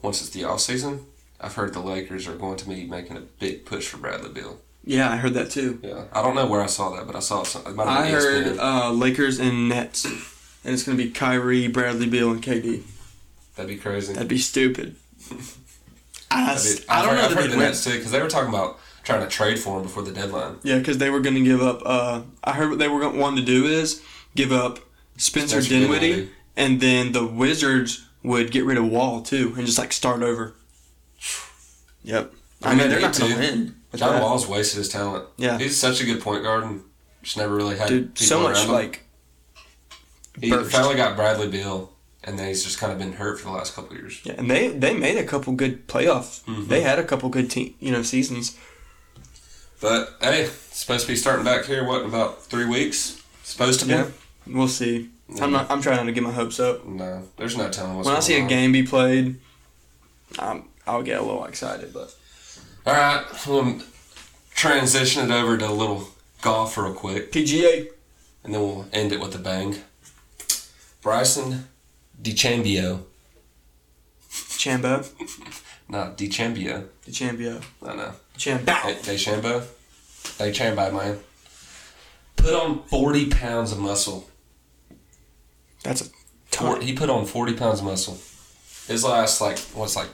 [SPEAKER 2] once it's the off season, I've heard the Lakers are going to be making a big push for Bradley Beal.
[SPEAKER 1] Yeah, I heard that too.
[SPEAKER 2] Yeah, I don't know where I saw that, but I saw it. Some, it might have
[SPEAKER 1] I
[SPEAKER 2] been E
[SPEAKER 1] heard
[SPEAKER 2] ESPN.
[SPEAKER 1] uh, Lakers and Nets, and it's gonna be Kyrie, Bradley Beal, and KD.
[SPEAKER 2] that'd be crazy.
[SPEAKER 1] That'd be stupid. I,
[SPEAKER 2] That'd be-
[SPEAKER 1] I
[SPEAKER 2] I've
[SPEAKER 1] don't
[SPEAKER 2] heard,
[SPEAKER 1] know
[SPEAKER 2] I've
[SPEAKER 1] that
[SPEAKER 2] heard
[SPEAKER 1] they'd
[SPEAKER 2] the
[SPEAKER 1] win.
[SPEAKER 2] Nets too because they were talking about trying to trade for him before the deadline.
[SPEAKER 1] Yeah, because they were gonna give up. Uh, I heard what they were gonna, wanting to do is give up Spencer,
[SPEAKER 2] Spencer Dinwiddie.
[SPEAKER 1] Dinwiddie, and then the Wizards would get rid of Wall too, and just like start over. Yep. I mean, they're not gonna
[SPEAKER 2] to.
[SPEAKER 1] win. with
[SPEAKER 2] John
[SPEAKER 1] that.
[SPEAKER 2] Wall's wasted his talent.
[SPEAKER 1] Yeah.
[SPEAKER 2] he's such a good point guard and just never really had
[SPEAKER 1] dude,
[SPEAKER 2] people
[SPEAKER 1] so much
[SPEAKER 2] around him.
[SPEAKER 1] like
[SPEAKER 2] he
[SPEAKER 1] burst.
[SPEAKER 2] finally got Bradley Beal, and then he's just kind of been hurt for the last couple of years.
[SPEAKER 1] yeah, and they they made a couple good playoff. They had a couple good team, you know, seasons.
[SPEAKER 2] But hey, supposed to be starting back here. What in about three weeks? Supposed to be.
[SPEAKER 1] Yeah. We'll see. I'm not. I'm trying not to get my hopes up.
[SPEAKER 2] No, there's no telling what's
[SPEAKER 1] When I
[SPEAKER 2] going
[SPEAKER 1] see a
[SPEAKER 2] on.
[SPEAKER 1] game be played, I'm, I'll get a little excited. But
[SPEAKER 2] All right, we'll transition it over to a little golf real quick,
[SPEAKER 1] PGA,
[SPEAKER 2] and then we'll end it with a bang. Bryson DeChambio,
[SPEAKER 1] Chambo,
[SPEAKER 2] no DeChambio,
[SPEAKER 1] the champion,
[SPEAKER 2] I know
[SPEAKER 1] Chambo.
[SPEAKER 2] DeChambeau, DeChambeau, man. Put on forty pounds of muscle.
[SPEAKER 1] That's a
[SPEAKER 2] Four,
[SPEAKER 1] ton.
[SPEAKER 2] he put on forty pounds of muscle. His last like what's like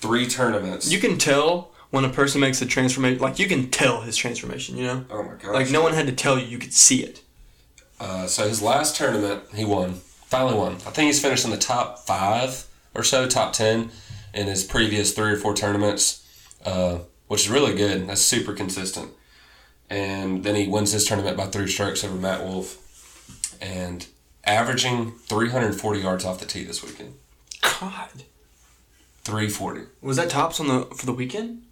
[SPEAKER 2] three tournaments.
[SPEAKER 1] You can tell when a person makes a transformation. Like you can tell his transformation. You know,
[SPEAKER 2] oh my god!
[SPEAKER 1] like no one had to tell you. You could see it.
[SPEAKER 2] Uh, so his last tournament, he won. Finally won. I think he's finished in the top five or so, top ten in his previous three or four tournaments, uh, which is really good. That's super consistent. And then he wins his tournament by three strokes over Matt Wolf, and averaging 340 yards off the tee this weekend.
[SPEAKER 1] God,
[SPEAKER 2] 340.
[SPEAKER 1] was that tops on the for the weekend?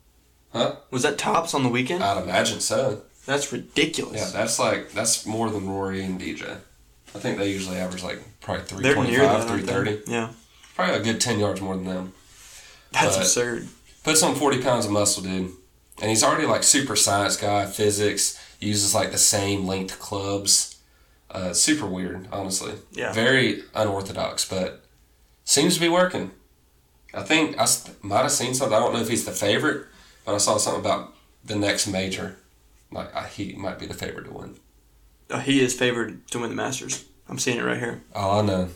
[SPEAKER 2] Huh?
[SPEAKER 1] Was that tops on the weekend?
[SPEAKER 2] I'd imagine so.
[SPEAKER 1] That's ridiculous.
[SPEAKER 2] Uh, Yeah, that's like that's more than Rory and DJ. I think they usually average like probably
[SPEAKER 1] They're near
[SPEAKER 2] 325,
[SPEAKER 1] that. aren't they?
[SPEAKER 2] 330.
[SPEAKER 1] Yeah,
[SPEAKER 2] Probably a good 10 yards more than them.
[SPEAKER 1] that's
[SPEAKER 2] But-
[SPEAKER 1] absurd.
[SPEAKER 2] puts on 40 pounds of muscle, dude. And he's already like super science guy, physics, uses like the same length clubs. Uh, super weird, honestly.
[SPEAKER 1] Yeah.
[SPEAKER 2] Very unorthodox, but seems to be working. I think I s- might have seen something. I don't know if he's the favorite, but I saw something about the next major. Like I, he might be the favorite to win.
[SPEAKER 1] Oh, he is favored to win the Masters. I'm seeing it right here.
[SPEAKER 2] All I know,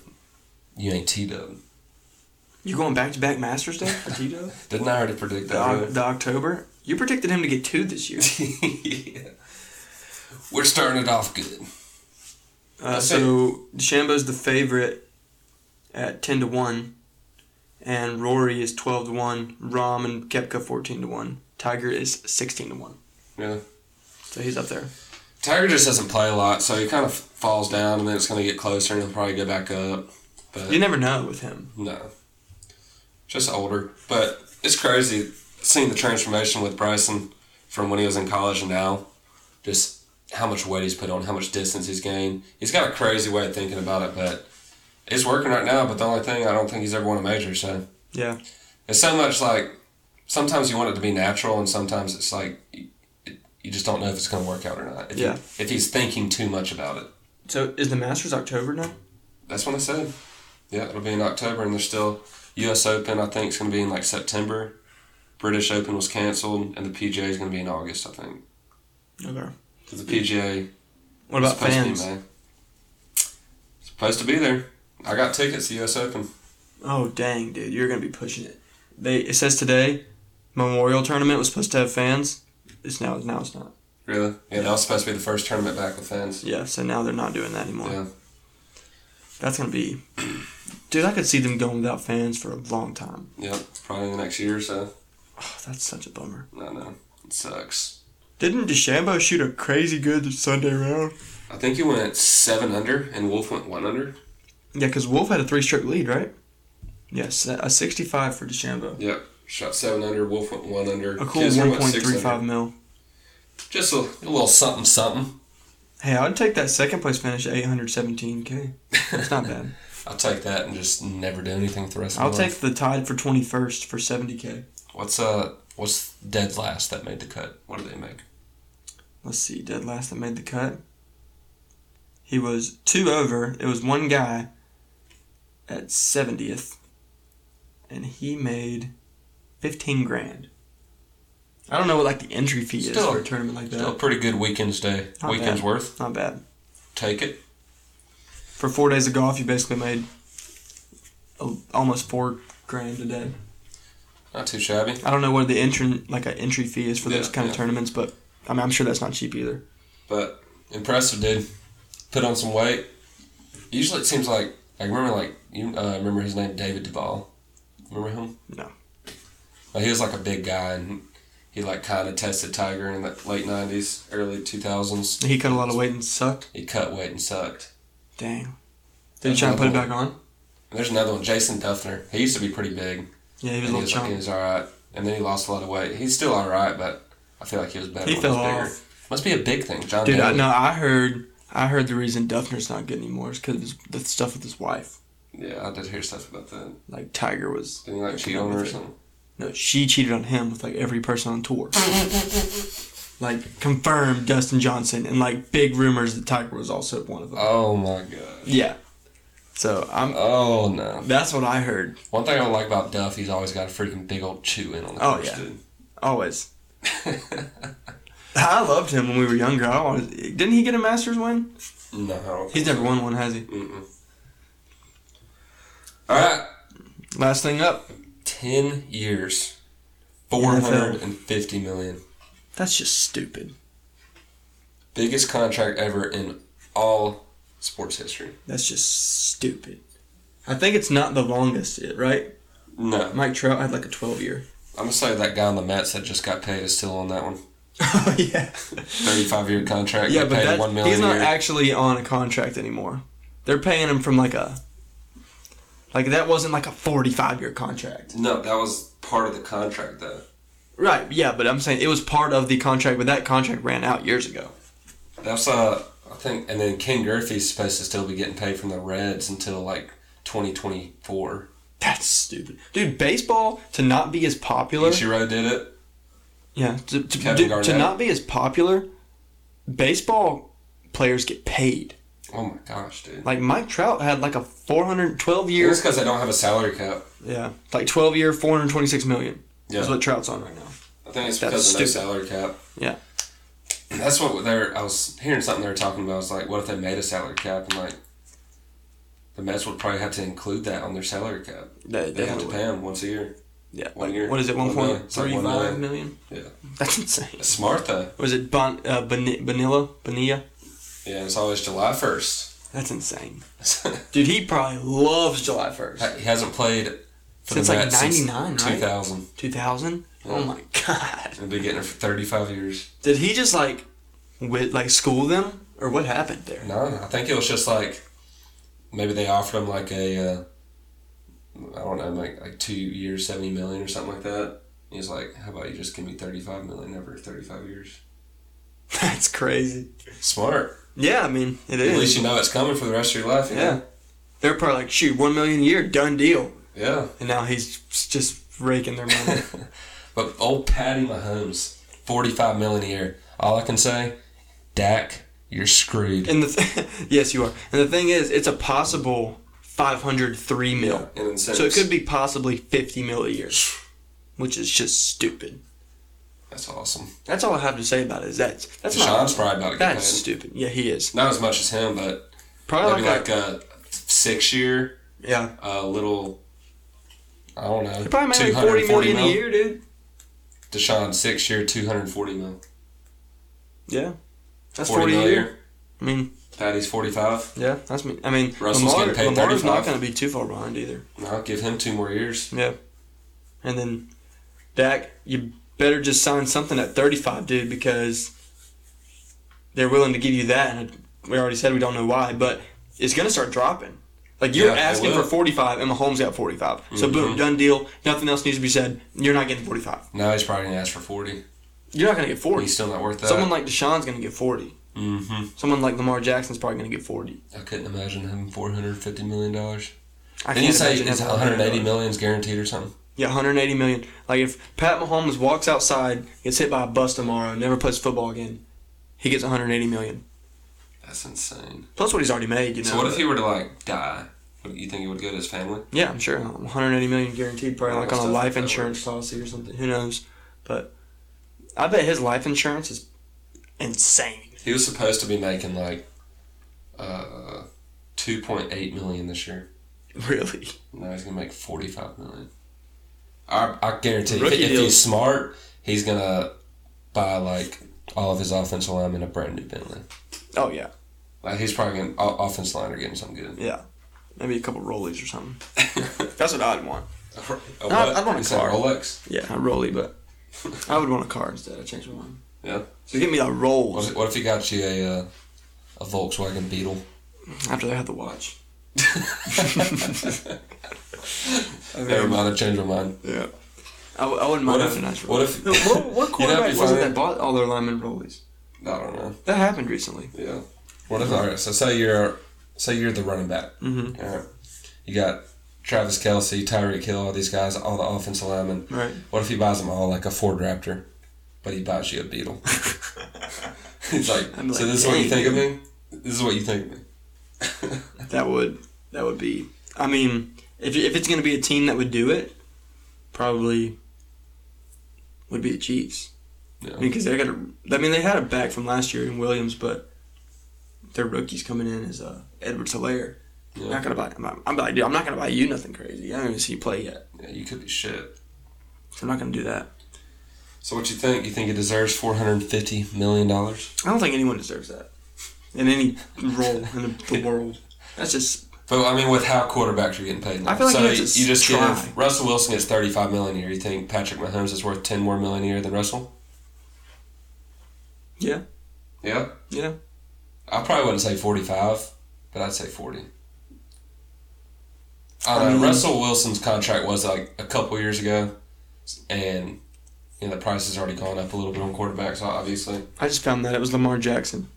[SPEAKER 2] you ain't T Dub.
[SPEAKER 1] You going back to back Masters Day for Tito?
[SPEAKER 2] Didn't I already predict
[SPEAKER 1] the,
[SPEAKER 2] that?
[SPEAKER 1] Oc-
[SPEAKER 2] really?
[SPEAKER 1] the October. You predicted him to get two this year.
[SPEAKER 2] yeah. We're starting it off good.
[SPEAKER 1] Uh,
[SPEAKER 2] That's
[SPEAKER 1] so DeChambeau's the favorite at ten to one, and Rory is twelve to one. Rom and Kepka fourteen to one. Tiger is sixteen to one.
[SPEAKER 2] Really?
[SPEAKER 1] So he's up there.
[SPEAKER 2] Tiger just doesn't play a lot, so he kind of falls down, and then it's going to get closer, and he'll probably go back up. But
[SPEAKER 1] You never know with him.
[SPEAKER 2] no, just older. But it's crazy seeing the transformation with Bryson from when he was in college and now, just how much weight he's put on, how much distance he's gained. He's got a crazy way of thinking about it, but it's working right now. But the only thing I don't think he's ever won a major, so
[SPEAKER 1] Yeah.
[SPEAKER 2] it's so much like sometimes you want it to be natural, and sometimes it's like. You, you just don't know if it's going to work out or not. If, he-
[SPEAKER 1] Yeah.
[SPEAKER 2] if he's thinking too much about it.
[SPEAKER 1] So is the Masters October now?
[SPEAKER 2] That's what I said. Yeah, it'll be in October, and there's still U.S. Open. I think it's going to be in like September, British Open was canceled, and the PGA is going to be in August, I think.
[SPEAKER 1] Okay.
[SPEAKER 2] 'Cause the PGA
[SPEAKER 1] What
[SPEAKER 2] was
[SPEAKER 1] about fans?
[SPEAKER 2] to be in May. Supposed to be there. I got tickets to U.S. Open.
[SPEAKER 1] Oh dang, dude, you're gonna be pushing it. They it says today, Memorial Tournament was supposed to have fans. It's now now it's not.
[SPEAKER 2] Really? Yeah, that was supposed to be the first tournament back with fans.
[SPEAKER 1] Yeah, so now they're not doing that anymore.
[SPEAKER 2] Yeah.
[SPEAKER 1] That's gonna be, dude. I could see them going without fans for a long time.
[SPEAKER 2] Yep. Probably in the next year or so.
[SPEAKER 1] Oh, that's such a bummer.
[SPEAKER 2] I know. It sucks.
[SPEAKER 1] Didn't DeChambeau shoot a crazy good Sunday round?
[SPEAKER 2] I think you went seven under, and Wolf went one under.
[SPEAKER 1] Yeah, because Wolf had a three stroke lead, right? Yes, a 65 for DeChambeau.
[SPEAKER 2] Yep. Shot seven under. Wolf went one under.
[SPEAKER 1] A cool
[SPEAKER 2] Kisner went six
[SPEAKER 1] 1.35
[SPEAKER 2] under.
[SPEAKER 1] mil.
[SPEAKER 2] Just a, a little something, something.
[SPEAKER 1] Hey, I'd take that second place finish at 817K. That's not bad.
[SPEAKER 2] I'll take that and just never do anything with the rest of
[SPEAKER 1] I'll
[SPEAKER 2] my
[SPEAKER 1] take
[SPEAKER 2] life.
[SPEAKER 1] the tied for 21st for 70K.
[SPEAKER 2] What's uh what's dead last that made the cut? What did they make?
[SPEAKER 1] Let's see, dead last that made the cut. He was two over. It was one guy at 70th. And he made 15 grand. I don't know what like the entry fee is
[SPEAKER 2] Still-
[SPEAKER 1] for a tournament like that.
[SPEAKER 2] Still a pretty good weekend's day.
[SPEAKER 1] Not
[SPEAKER 2] weekend's
[SPEAKER 1] bad.
[SPEAKER 2] worth.
[SPEAKER 1] Not bad.
[SPEAKER 2] Take it.
[SPEAKER 1] for four days of golf, you basically made a- almost four grand a day.
[SPEAKER 2] Not too shabby.
[SPEAKER 1] I don't know what the entry like an entry fee is for those
[SPEAKER 2] Yeah,
[SPEAKER 1] kind of
[SPEAKER 2] yeah.
[SPEAKER 1] tournaments, but I mean, I'm sure that's not cheap either.
[SPEAKER 2] But impressive, dude. Put on some weight. Usually it seems like I remember like you uh, remember his name David Duval. Remember him?
[SPEAKER 1] No.
[SPEAKER 2] Like, he was like a big guy and he like kind of tested Tiger in the late '90s, early 2000s.
[SPEAKER 1] He cut a lot of weight and sucked.
[SPEAKER 2] He cut weight and sucked.
[SPEAKER 1] Dang. Did he try to put it back on?
[SPEAKER 2] And there's another one, Jason Duffner. He used to be pretty big.
[SPEAKER 1] Yeah, he was a little
[SPEAKER 2] And he was, he
[SPEAKER 1] chunk.
[SPEAKER 2] was all right, and then he lost a lot of weight. He's still all right, but I feel like he was better.
[SPEAKER 1] He
[SPEAKER 2] when
[SPEAKER 1] fell
[SPEAKER 2] was bigger.
[SPEAKER 1] off.
[SPEAKER 2] Must be a big thing, John.
[SPEAKER 1] Dude, I,
[SPEAKER 2] Daly.
[SPEAKER 1] no, I heard. I heard the reason Duffner's not good anymore is because of the stuff with his wife.
[SPEAKER 2] Yeah, I did hear stuff about that.
[SPEAKER 1] Like Tiger was,
[SPEAKER 2] Didn't he like cheat on her or something?
[SPEAKER 1] no, she cheated on him with like every person on tour. like confirmed Dustin Johnson and like big rumors that Tiger was also one of them.
[SPEAKER 2] Oh my god.
[SPEAKER 1] Yeah. So I'm.
[SPEAKER 2] Oh no.
[SPEAKER 1] That's what I heard.
[SPEAKER 2] One thing I don't like about Duff, he's always got a freaking big old chew in on the
[SPEAKER 1] Oh,
[SPEAKER 2] course,
[SPEAKER 1] yeah.
[SPEAKER 2] dude.
[SPEAKER 1] Always. I loved him when we were younger. I always, didn't he get a Masters win?
[SPEAKER 2] No. I don't
[SPEAKER 1] He's
[SPEAKER 2] think
[SPEAKER 1] never
[SPEAKER 2] so.
[SPEAKER 1] won one, has he?
[SPEAKER 2] Mm-mm. All right.
[SPEAKER 1] Last thing up.
[SPEAKER 2] Ten years. Four hundred and fifty million.
[SPEAKER 1] That's just stupid.
[SPEAKER 2] Biggest contract ever in all sports history.
[SPEAKER 1] That's just stupid. I think it's not the longest, it right?
[SPEAKER 2] No.
[SPEAKER 1] Mike Trout had like a 12 year.
[SPEAKER 2] I'm gonna say that guy on the Mets that just got paid is still on that one.
[SPEAKER 1] oh yeah.
[SPEAKER 2] Thirty-five year contract.
[SPEAKER 1] Yeah,
[SPEAKER 2] got
[SPEAKER 1] but
[SPEAKER 2] paid
[SPEAKER 1] that,
[SPEAKER 2] one million.
[SPEAKER 1] he's
[SPEAKER 2] a
[SPEAKER 1] not
[SPEAKER 2] year.
[SPEAKER 1] actually on a contract anymore. They're paying him from like a. Like that wasn't like a 45 year contract.
[SPEAKER 2] no, that was part of the contract though.
[SPEAKER 1] Right, yeah, but I'm saying it was part of the contract, but that contract ran out years ago.
[SPEAKER 2] That's uh, I think, and then Ken Griffey's supposed to still be getting paid from the Reds until like 2024.
[SPEAKER 1] That's stupid. Dude, baseball to not be as popular.
[SPEAKER 2] Ichiro did it.
[SPEAKER 1] Yeah, to, to,
[SPEAKER 2] Kevin
[SPEAKER 1] dude, to
[SPEAKER 2] Garnett.
[SPEAKER 1] not be as popular, baseball players get paid.
[SPEAKER 2] Oh my gosh, dude.
[SPEAKER 1] Like Mike Trout had like a 412
[SPEAKER 2] Maybe
[SPEAKER 1] year.
[SPEAKER 2] It's because they don't have a salary cap.
[SPEAKER 1] Yeah, like 12 year, 426 million.
[SPEAKER 2] Yeah,
[SPEAKER 1] Is what Trout's on right now.
[SPEAKER 2] I think it's
[SPEAKER 1] That's
[SPEAKER 2] because of no
[SPEAKER 1] stupid.
[SPEAKER 2] salary cap.
[SPEAKER 1] Yeah.
[SPEAKER 2] That's what they're. I was hearing something they were talking about. I was like, what if they made a salary cap and like. The Mets would probably have to include that on their salary cap.
[SPEAKER 1] They,
[SPEAKER 2] They have to pay them once a year.
[SPEAKER 1] Yeah,
[SPEAKER 2] one
[SPEAKER 1] like,
[SPEAKER 2] year.
[SPEAKER 1] what is it,
[SPEAKER 2] One million. It's like
[SPEAKER 1] 1.35
[SPEAKER 2] one million.
[SPEAKER 1] million?
[SPEAKER 2] Yeah.
[SPEAKER 1] That's insane.
[SPEAKER 2] It's smart though.
[SPEAKER 1] Was it bon, uh, Bani- Vanilla? Bonilla?
[SPEAKER 2] Yeah, it's always July 1st.
[SPEAKER 1] That's insane.
[SPEAKER 2] he
[SPEAKER 1] Dude, he probably loves July 1st.
[SPEAKER 2] hasn't played for
[SPEAKER 1] Since,
[SPEAKER 2] the
[SPEAKER 1] like,
[SPEAKER 2] Mets since
[SPEAKER 1] 99, right?
[SPEAKER 2] 2000.
[SPEAKER 1] 2000? Oh
[SPEAKER 2] Yeah.
[SPEAKER 1] my god.
[SPEAKER 2] They've been getting it for 35 years.
[SPEAKER 1] Did he just like with like school them or what happened there?
[SPEAKER 2] No, I think it was just like maybe they offered him like a, uh, I don't know, like, like two years, 70 million or something like that. He was like, how about you just give me 35 million over 35 years?
[SPEAKER 1] That's crazy.
[SPEAKER 2] Smart.
[SPEAKER 1] Yeah, I mean, it
[SPEAKER 2] At
[SPEAKER 1] is.
[SPEAKER 2] least you know it's coming for the rest of your life. you
[SPEAKER 1] yeah.
[SPEAKER 2] know?
[SPEAKER 1] They're probably like, shoot, 1 million a year, done deal.
[SPEAKER 2] Yeah.
[SPEAKER 1] And now he's just raking their money.
[SPEAKER 2] But old Patty Mahomes, 45 million a year. All I can say, Dak, you're screwed.
[SPEAKER 1] and the th- yes, you are. And the thing is, it's a possible 503 mil.
[SPEAKER 2] And then
[SPEAKER 1] So it could be possibly 50 mil a year. which is just stupid.
[SPEAKER 2] That's awesome.
[SPEAKER 1] That's all I have to say about it. Is that that's not,
[SPEAKER 2] Deshaun's probably about to get
[SPEAKER 1] that's
[SPEAKER 2] paid.
[SPEAKER 1] stupid. Yeah, he is
[SPEAKER 2] Not as much as him, but
[SPEAKER 1] probably
[SPEAKER 2] maybe
[SPEAKER 1] like,
[SPEAKER 2] like a six year,
[SPEAKER 1] a, yeah,
[SPEAKER 2] a little. I don't know.
[SPEAKER 1] he probably made like forty million a year, dude.
[SPEAKER 2] Deshaun six year, two hundred forty mil.
[SPEAKER 1] Yeah, that's
[SPEAKER 2] 40
[SPEAKER 1] forty,
[SPEAKER 2] mil
[SPEAKER 1] a year. I mean,
[SPEAKER 2] Patty's forty five.
[SPEAKER 1] yeah, that's me. I mean,
[SPEAKER 2] Russell's
[SPEAKER 1] Lamar,
[SPEAKER 2] getting paid
[SPEAKER 1] Lamar's not
[SPEAKER 2] 35.
[SPEAKER 1] going to be too far behind either.
[SPEAKER 2] I'll give him two more years.
[SPEAKER 1] Yeah, and then Dak, you better just sign something at thirty-five, dude, because they're willing to give you that, and we already said we don't know why, but it's going to start dropping. Like you're
[SPEAKER 2] Yeah, it
[SPEAKER 1] asking for
[SPEAKER 2] will. Mm-hmm.
[SPEAKER 1] forty-five, and Mahomes got 45 So boom, done deal. Nothing else needs to be said. You're not getting forty-five.
[SPEAKER 2] Now he's probably gonna ask for forty.
[SPEAKER 1] You're not going to get forty.
[SPEAKER 2] He's still not worth that.
[SPEAKER 1] Someone like Deshaun's going to get forty.
[SPEAKER 2] mm-hmm.
[SPEAKER 1] Someone like Lamar Jackson's probably going to get forty.
[SPEAKER 2] I couldn't imagine him four hundred fifty million dollars.
[SPEAKER 1] I
[SPEAKER 2] Then you say
[SPEAKER 1] imagine
[SPEAKER 2] it's
[SPEAKER 1] him
[SPEAKER 2] one hundred eighty
[SPEAKER 1] $180.
[SPEAKER 2] million is guaranteed or something.
[SPEAKER 1] Yeah, 180 million. Like if Pat Mahomes walks outside, gets hit by a bus tomorrow, never plays football again, he gets 180 million.
[SPEAKER 2] That's insane.
[SPEAKER 1] Plus what he's already made, you know.
[SPEAKER 2] So what if he were to like die? Would- You think he would go to his family?
[SPEAKER 1] Yeah, I'm sure 180 million guaranteed, probably like on
[SPEAKER 2] Stuff
[SPEAKER 1] a
[SPEAKER 2] like
[SPEAKER 1] life
[SPEAKER 2] that
[SPEAKER 1] insurance policy or something. Who knows? But I bet his life insurance is insane.
[SPEAKER 2] He was supposed to be making like uh, two point eight million this year.
[SPEAKER 1] Really?
[SPEAKER 2] Now he's gonna make forty five million. I I guarantee if,
[SPEAKER 1] Rookie
[SPEAKER 2] if
[SPEAKER 1] deals.
[SPEAKER 2] he's smart, he's gonna buy like all of his offensive linemen a brand new Bentley.
[SPEAKER 1] Oh yeah,
[SPEAKER 2] Like he's probably gonna o- offensive line or getting something good.
[SPEAKER 1] yeah. Maybe a couple rollies or something. That's what I'd want.
[SPEAKER 2] A what?
[SPEAKER 1] I- I'd want a
[SPEAKER 2] You said
[SPEAKER 1] car.
[SPEAKER 2] Rolex.
[SPEAKER 1] Yeah, a rollie, but I would want a car instead. I changed my mind.
[SPEAKER 2] Yeah.
[SPEAKER 1] So give me a
[SPEAKER 2] What
[SPEAKER 1] rolls
[SPEAKER 2] if, what if he got you a uh, a Volkswagen Beetle?
[SPEAKER 1] after they had the watch. I mean,
[SPEAKER 2] Never mind, I changed my mind.
[SPEAKER 1] Yeah. I, w- I wouldn't
[SPEAKER 2] What
[SPEAKER 1] mind
[SPEAKER 2] if-
[SPEAKER 1] having a nice
[SPEAKER 2] what
[SPEAKER 1] roll.
[SPEAKER 2] if-
[SPEAKER 1] No, what, what
[SPEAKER 2] You know, it'd
[SPEAKER 1] quarterback
[SPEAKER 2] be
[SPEAKER 1] was it
[SPEAKER 2] funny.
[SPEAKER 1] that bought all their lineman rollies?
[SPEAKER 2] I don't know.
[SPEAKER 1] That happened recently.
[SPEAKER 2] Yeah. What if all right? So say you're say you're the running back.
[SPEAKER 1] Mm-hmm.
[SPEAKER 2] All right. You got Travis Kelsey, Tyreek Hill, all these guys, all the offensive linemen.
[SPEAKER 1] Right.
[SPEAKER 2] What if he buys them all like a Ford Raptor, but he buys you a Beetle? He's like,
[SPEAKER 1] I'm
[SPEAKER 2] so
[SPEAKER 1] like,
[SPEAKER 2] this is what you
[SPEAKER 1] "Dang,
[SPEAKER 2] think of me. This is what you think of me.
[SPEAKER 1] That would that would be. I mean, if if it's gonna be a team that would do it, probably would be the Chiefs. I mean,
[SPEAKER 2] Yeah.
[SPEAKER 1] because they got. A, I mean, they had a back from last year in Williams, but their rookies coming in is uh, Edward Hilaire.
[SPEAKER 2] Yeah.
[SPEAKER 1] Not gonna buy. I'm, not- I'm like, dude, I'm not gonna buy you nothing crazy. I haven't even seen you play yet.
[SPEAKER 2] yeah, you could be shit.
[SPEAKER 1] So I'm not gonna do that.
[SPEAKER 2] So what you think? You think he deserves four hundred fifty million dollars?
[SPEAKER 1] I don't think anyone deserves that in any role in the, the world. That's just
[SPEAKER 2] But I mean, with how quarterbacks are getting paid now,
[SPEAKER 1] I feel like
[SPEAKER 2] so
[SPEAKER 1] you
[SPEAKER 2] you,
[SPEAKER 1] have to
[SPEAKER 2] you just
[SPEAKER 1] try.
[SPEAKER 2] give Russell Wilson gets thirty five million a year. You think Patrick Mahomes is worth ten more million a year than Russell?
[SPEAKER 1] yeah,
[SPEAKER 2] Yeah,
[SPEAKER 1] yeah.
[SPEAKER 2] I probably wouldn't say forty five, but I'd say forty. I don't
[SPEAKER 1] I
[SPEAKER 2] know.
[SPEAKER 1] mean-
[SPEAKER 2] Russell Wilson's contract was like a couple years ago, and you know the price has already gone up a little bit on quarterbacks. Obviously,
[SPEAKER 1] I just found that it was Lamar Jackson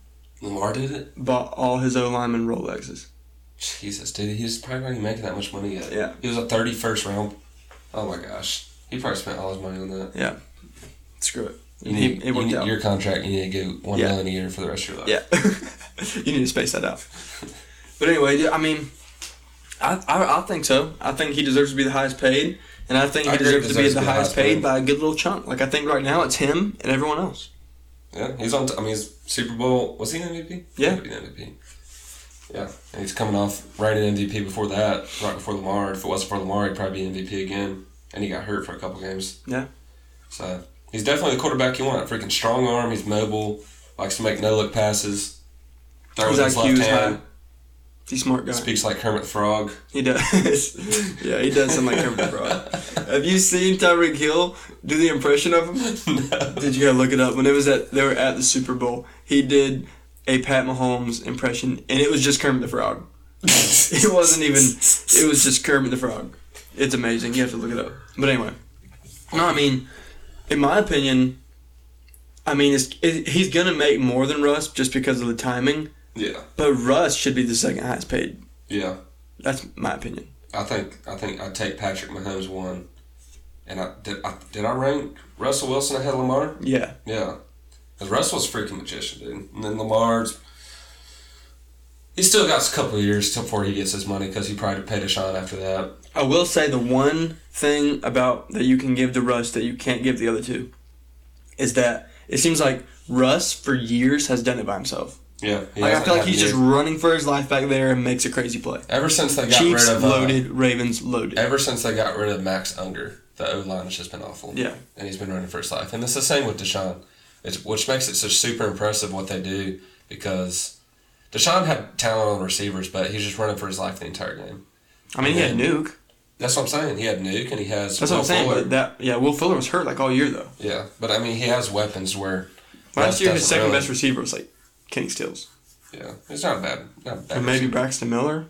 [SPEAKER 2] Lamar did it.
[SPEAKER 1] bought all his O lineman Rolexes.
[SPEAKER 2] Jesus, dude, he's probably not even making that much money yet.
[SPEAKER 1] Yeah.
[SPEAKER 2] He was a 31st round. Oh my gosh. He probably spent all his money on that.
[SPEAKER 1] Screw it.
[SPEAKER 2] You
[SPEAKER 1] He-
[SPEAKER 2] need,
[SPEAKER 1] it worked
[SPEAKER 2] you need
[SPEAKER 1] out.
[SPEAKER 2] Your contract, you need to get one
[SPEAKER 1] Yeah.
[SPEAKER 2] million a year for the rest of your life.
[SPEAKER 1] Yeah, you need to space that out. But anyway, I mean, I, I I think so. I think he deserves to be the highest paid, and I think he
[SPEAKER 2] I agree,
[SPEAKER 1] deserves to be
[SPEAKER 2] deserves
[SPEAKER 1] the highest paid by a good little chunk. Like I think right now it's him and everyone else.
[SPEAKER 2] Yeah. He's on, t- I mean, he's Super Bowl. Was he an MVP?
[SPEAKER 1] Yeah.
[SPEAKER 2] He was an MVP. Yeah. And he's coming off reigning MVP before that, right before Lamar. If it wasn't for Lamar, he'd probably be MVP again. And he got hurt for a couple games.
[SPEAKER 1] Yeah.
[SPEAKER 2] So he's definitely the quarterback you want. Freaking strong arm. He's mobile. Likes to make no look passes. Throws
[SPEAKER 1] His
[SPEAKER 2] his
[SPEAKER 1] IQ is
[SPEAKER 2] left hand.
[SPEAKER 1] high. He's a smart guy.
[SPEAKER 2] Speaks like Kermit the Frog.
[SPEAKER 1] He does. yeah, he does sound like Kermit the Frog. Have you seen Tyreek Hill do the impression of him? Did you gotta look it up? When it was at they were at the Super Bowl, he did a Pat Mahomes impression, and it was just Kermit the Frog. It wasn't even. It was just Kermit the Frog. It's amazing. You have to look it up. But anyway, no, I mean, in my opinion, I mean, it's, it, he's gonna make more than Russ just because of the timing.
[SPEAKER 2] yeah,
[SPEAKER 1] But Russ should be the second highest paid.
[SPEAKER 2] yeah.
[SPEAKER 1] That's my opinion.
[SPEAKER 2] I think I think I take Patrick Mahomes one, and I did. I, did I rank Russell Wilson ahead of Lamar?
[SPEAKER 1] Yeah.
[SPEAKER 2] Yeah, 'Cause Russell's a freaking magician, dude. And then Lamar's. He still got a couple of years till before he gets his money because he probably paid a shot after that.
[SPEAKER 1] I will say the one thing about that you can give to Russ that you can't give the other two is that it seems like Russ for years has done it by himself.
[SPEAKER 2] Yeah, he
[SPEAKER 1] Like I
[SPEAKER 2] hasn't
[SPEAKER 1] feel like
[SPEAKER 2] had
[SPEAKER 1] he's
[SPEAKER 2] a
[SPEAKER 1] just
[SPEAKER 2] year.
[SPEAKER 1] running for his life back there and makes a crazy play.
[SPEAKER 2] ever since they got
[SPEAKER 1] Chiefs
[SPEAKER 2] rid of uh,
[SPEAKER 1] loaded, Ravens loaded.
[SPEAKER 2] Ever since they got rid of Max Unger, the O line has just been awful.
[SPEAKER 1] Yeah.
[SPEAKER 2] and he's been running for his life, and it's the same with Deshaun, it's, which makes it so super impressive what they do because Deshaun had talent on receivers, but he's just running for his life the entire game.
[SPEAKER 1] I mean, he had Nuke.
[SPEAKER 2] That's what I'm saying. He had Nuke, and he has
[SPEAKER 1] That's what I'm
[SPEAKER 2] Will
[SPEAKER 1] saying.
[SPEAKER 2] Fuller.
[SPEAKER 1] But that yeah, Will Fuller was hurt like all year though.
[SPEAKER 2] Yeah, but I mean, he has weapons where
[SPEAKER 1] Last
[SPEAKER 2] Russ
[SPEAKER 1] year, his
[SPEAKER 2] doesn't
[SPEAKER 1] second
[SPEAKER 2] really.
[SPEAKER 1] best receiver was like Kenny Stills
[SPEAKER 2] Yeah, it's not a bad, not a bad.
[SPEAKER 1] and maybe Braxton Miller.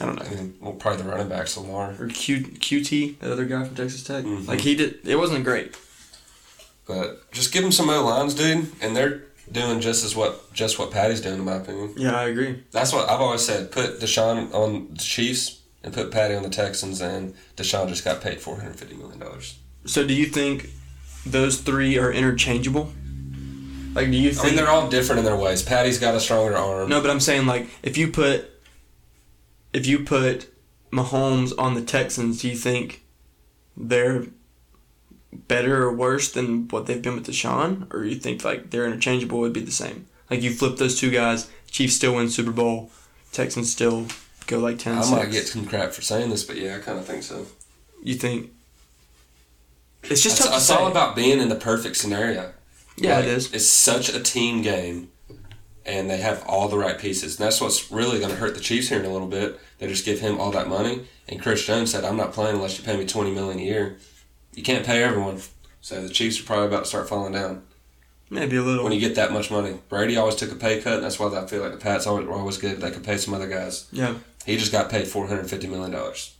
[SPEAKER 1] I don't know.
[SPEAKER 2] I mean, well, probably the running backs, Lamar.
[SPEAKER 1] or Q, QT, that other guy from Texas Tech.
[SPEAKER 2] Mhm.
[SPEAKER 1] Like he did, it wasn't great.
[SPEAKER 2] But just give them some O lines, dude, and they're doing just as what just what Patty's doing, in my opinion.
[SPEAKER 1] Yeah, I agree.
[SPEAKER 2] That's what I've always said. Put Deshaun on the Chiefs and put Patty on the Texans, and Deshaun just got paid four hundred fifty million dollars.
[SPEAKER 1] So, do you think those three are interchangeable? Like, do you
[SPEAKER 2] I mean,
[SPEAKER 1] think?
[SPEAKER 2] they're all different in their ways. Patty's got a stronger arm.
[SPEAKER 1] no, but I'm saying like if you put if you put Mahomes on the Texans, do you think they're better or worse than what they've been with Deshaun, or you think like they're interchangeable would be the same? Like you flip those two guys, Chiefs still win Super Bowl, Texans still go like ten.
[SPEAKER 2] I might
[SPEAKER 1] six.
[SPEAKER 2] get some crap for saying this, but yeah, I kind of think so.
[SPEAKER 1] you think it's
[SPEAKER 2] It's,
[SPEAKER 1] just tough to
[SPEAKER 2] it's
[SPEAKER 1] say.
[SPEAKER 2] all about being in the perfect scenario.
[SPEAKER 1] yeah,
[SPEAKER 2] Like,
[SPEAKER 1] it is.
[SPEAKER 2] It's such a team game, and they have all the right pieces. And that's what's really going to hurt the Chiefs here in a little bit. They just give him all that money, and Chris Jones said, "I'm not playing unless you pay me twenty million a year. You can't pay everyone." So the Chiefs are probably about to start falling down
[SPEAKER 1] Maybe a little.
[SPEAKER 2] when you get that much money. Brady always took a pay cut, and that's why I feel like the Pats always were always good. They could pay some other guys.
[SPEAKER 1] yeah,
[SPEAKER 2] He just got paid four hundred fifty million dollars.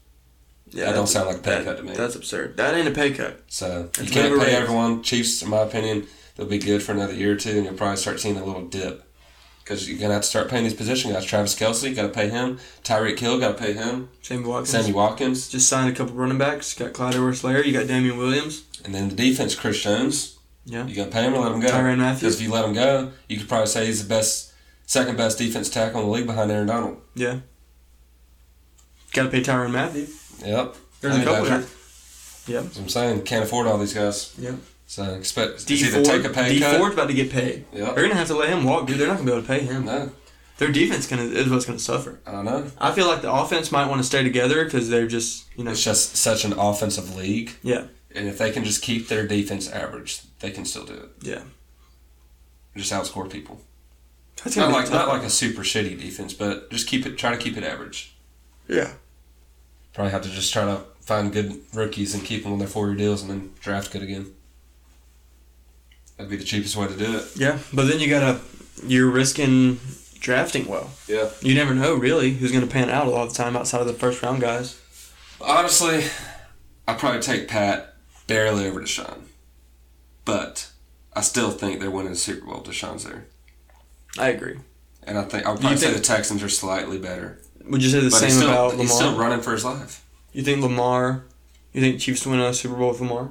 [SPEAKER 1] yeah.
[SPEAKER 2] that don't
[SPEAKER 1] that's-
[SPEAKER 2] sound like a pay
[SPEAKER 1] that-
[SPEAKER 2] cut to me.
[SPEAKER 1] That's absurd. That ain't a pay cut.
[SPEAKER 2] So you
[SPEAKER 1] It's
[SPEAKER 2] can't
[SPEAKER 1] never
[SPEAKER 2] pay
[SPEAKER 1] raised.
[SPEAKER 2] everyone. Chiefs, in my opinion, they'll be good for another year or two, and you'll probably start seeing a little dip because you're gonna have to start paying these position guys. Travis Kelsey, got to pay him. Tyreek Hill, got to pay him.
[SPEAKER 1] Sammy Watkins
[SPEAKER 2] Sammy Watkins,
[SPEAKER 1] just signed a couple running backs. Got Clyde Edwards-Helaire. You got Damian Williams.
[SPEAKER 2] and then the defense, Chris Jones.
[SPEAKER 1] Yeah.
[SPEAKER 2] you got to pay him or let him go.
[SPEAKER 1] Tyrann Mathieu.
[SPEAKER 2] Because if you let him go, you could probably say he's the best, second best defense tackle in the league behind Aaron Donald.
[SPEAKER 1] Yeah. Got to pay Tyron Matthew.
[SPEAKER 2] Yep,
[SPEAKER 1] There's
[SPEAKER 2] I
[SPEAKER 1] a
[SPEAKER 2] mean,
[SPEAKER 1] couple.
[SPEAKER 2] Badger.
[SPEAKER 1] Guys. Yeah.
[SPEAKER 2] That's what I'm saying can't afford all these guys.
[SPEAKER 1] Yeah.
[SPEAKER 2] So expect
[SPEAKER 1] D
[SPEAKER 2] it's
[SPEAKER 1] Ford.
[SPEAKER 2] either take a pay
[SPEAKER 1] D
[SPEAKER 2] cut.
[SPEAKER 1] Ford's about to get paid.
[SPEAKER 2] Yep.
[SPEAKER 1] They're gonna have to let him walk, dude. They're not gonna be able to pay him.
[SPEAKER 2] No,
[SPEAKER 1] Their defense gonna is what's gonna suffer.
[SPEAKER 2] I don't know.
[SPEAKER 1] I feel like the offense might want to stay together because they're just you know
[SPEAKER 2] It's just such an offensive league.
[SPEAKER 1] yeah
[SPEAKER 2] And if they can just keep their defense average, they can still do it.
[SPEAKER 1] yeah.
[SPEAKER 2] Just outscore people.
[SPEAKER 1] That's
[SPEAKER 2] Not
[SPEAKER 1] be
[SPEAKER 2] like
[SPEAKER 1] tough.
[SPEAKER 2] not like a super shitty defense, but just keep it. Try to keep it average.
[SPEAKER 1] yeah.
[SPEAKER 2] Probably have to just try to find good rookies and keep them on their four year deals, and then draft good again. That'd be the cheapest way to do it.
[SPEAKER 1] Yeah, but then you gotta you're risking drafting well.
[SPEAKER 2] Yeah.
[SPEAKER 1] You never know really who's gonna pan out a lot of the time outside of the first round guys.
[SPEAKER 2] Honestly, I'd probably take Pat barely over Deshaun, but I still think they're winning the Super Bowl. if Deshaun's there,
[SPEAKER 1] I agree.
[SPEAKER 2] and I think I'll probably say
[SPEAKER 1] think-
[SPEAKER 2] the Texans are slightly better.
[SPEAKER 1] Would you say the
[SPEAKER 2] but
[SPEAKER 1] same
[SPEAKER 2] he's still,
[SPEAKER 1] about Lamar?
[SPEAKER 2] he's still running for his life.
[SPEAKER 1] you think Lamar? You think Chiefs win a Super Bowl with Lamar?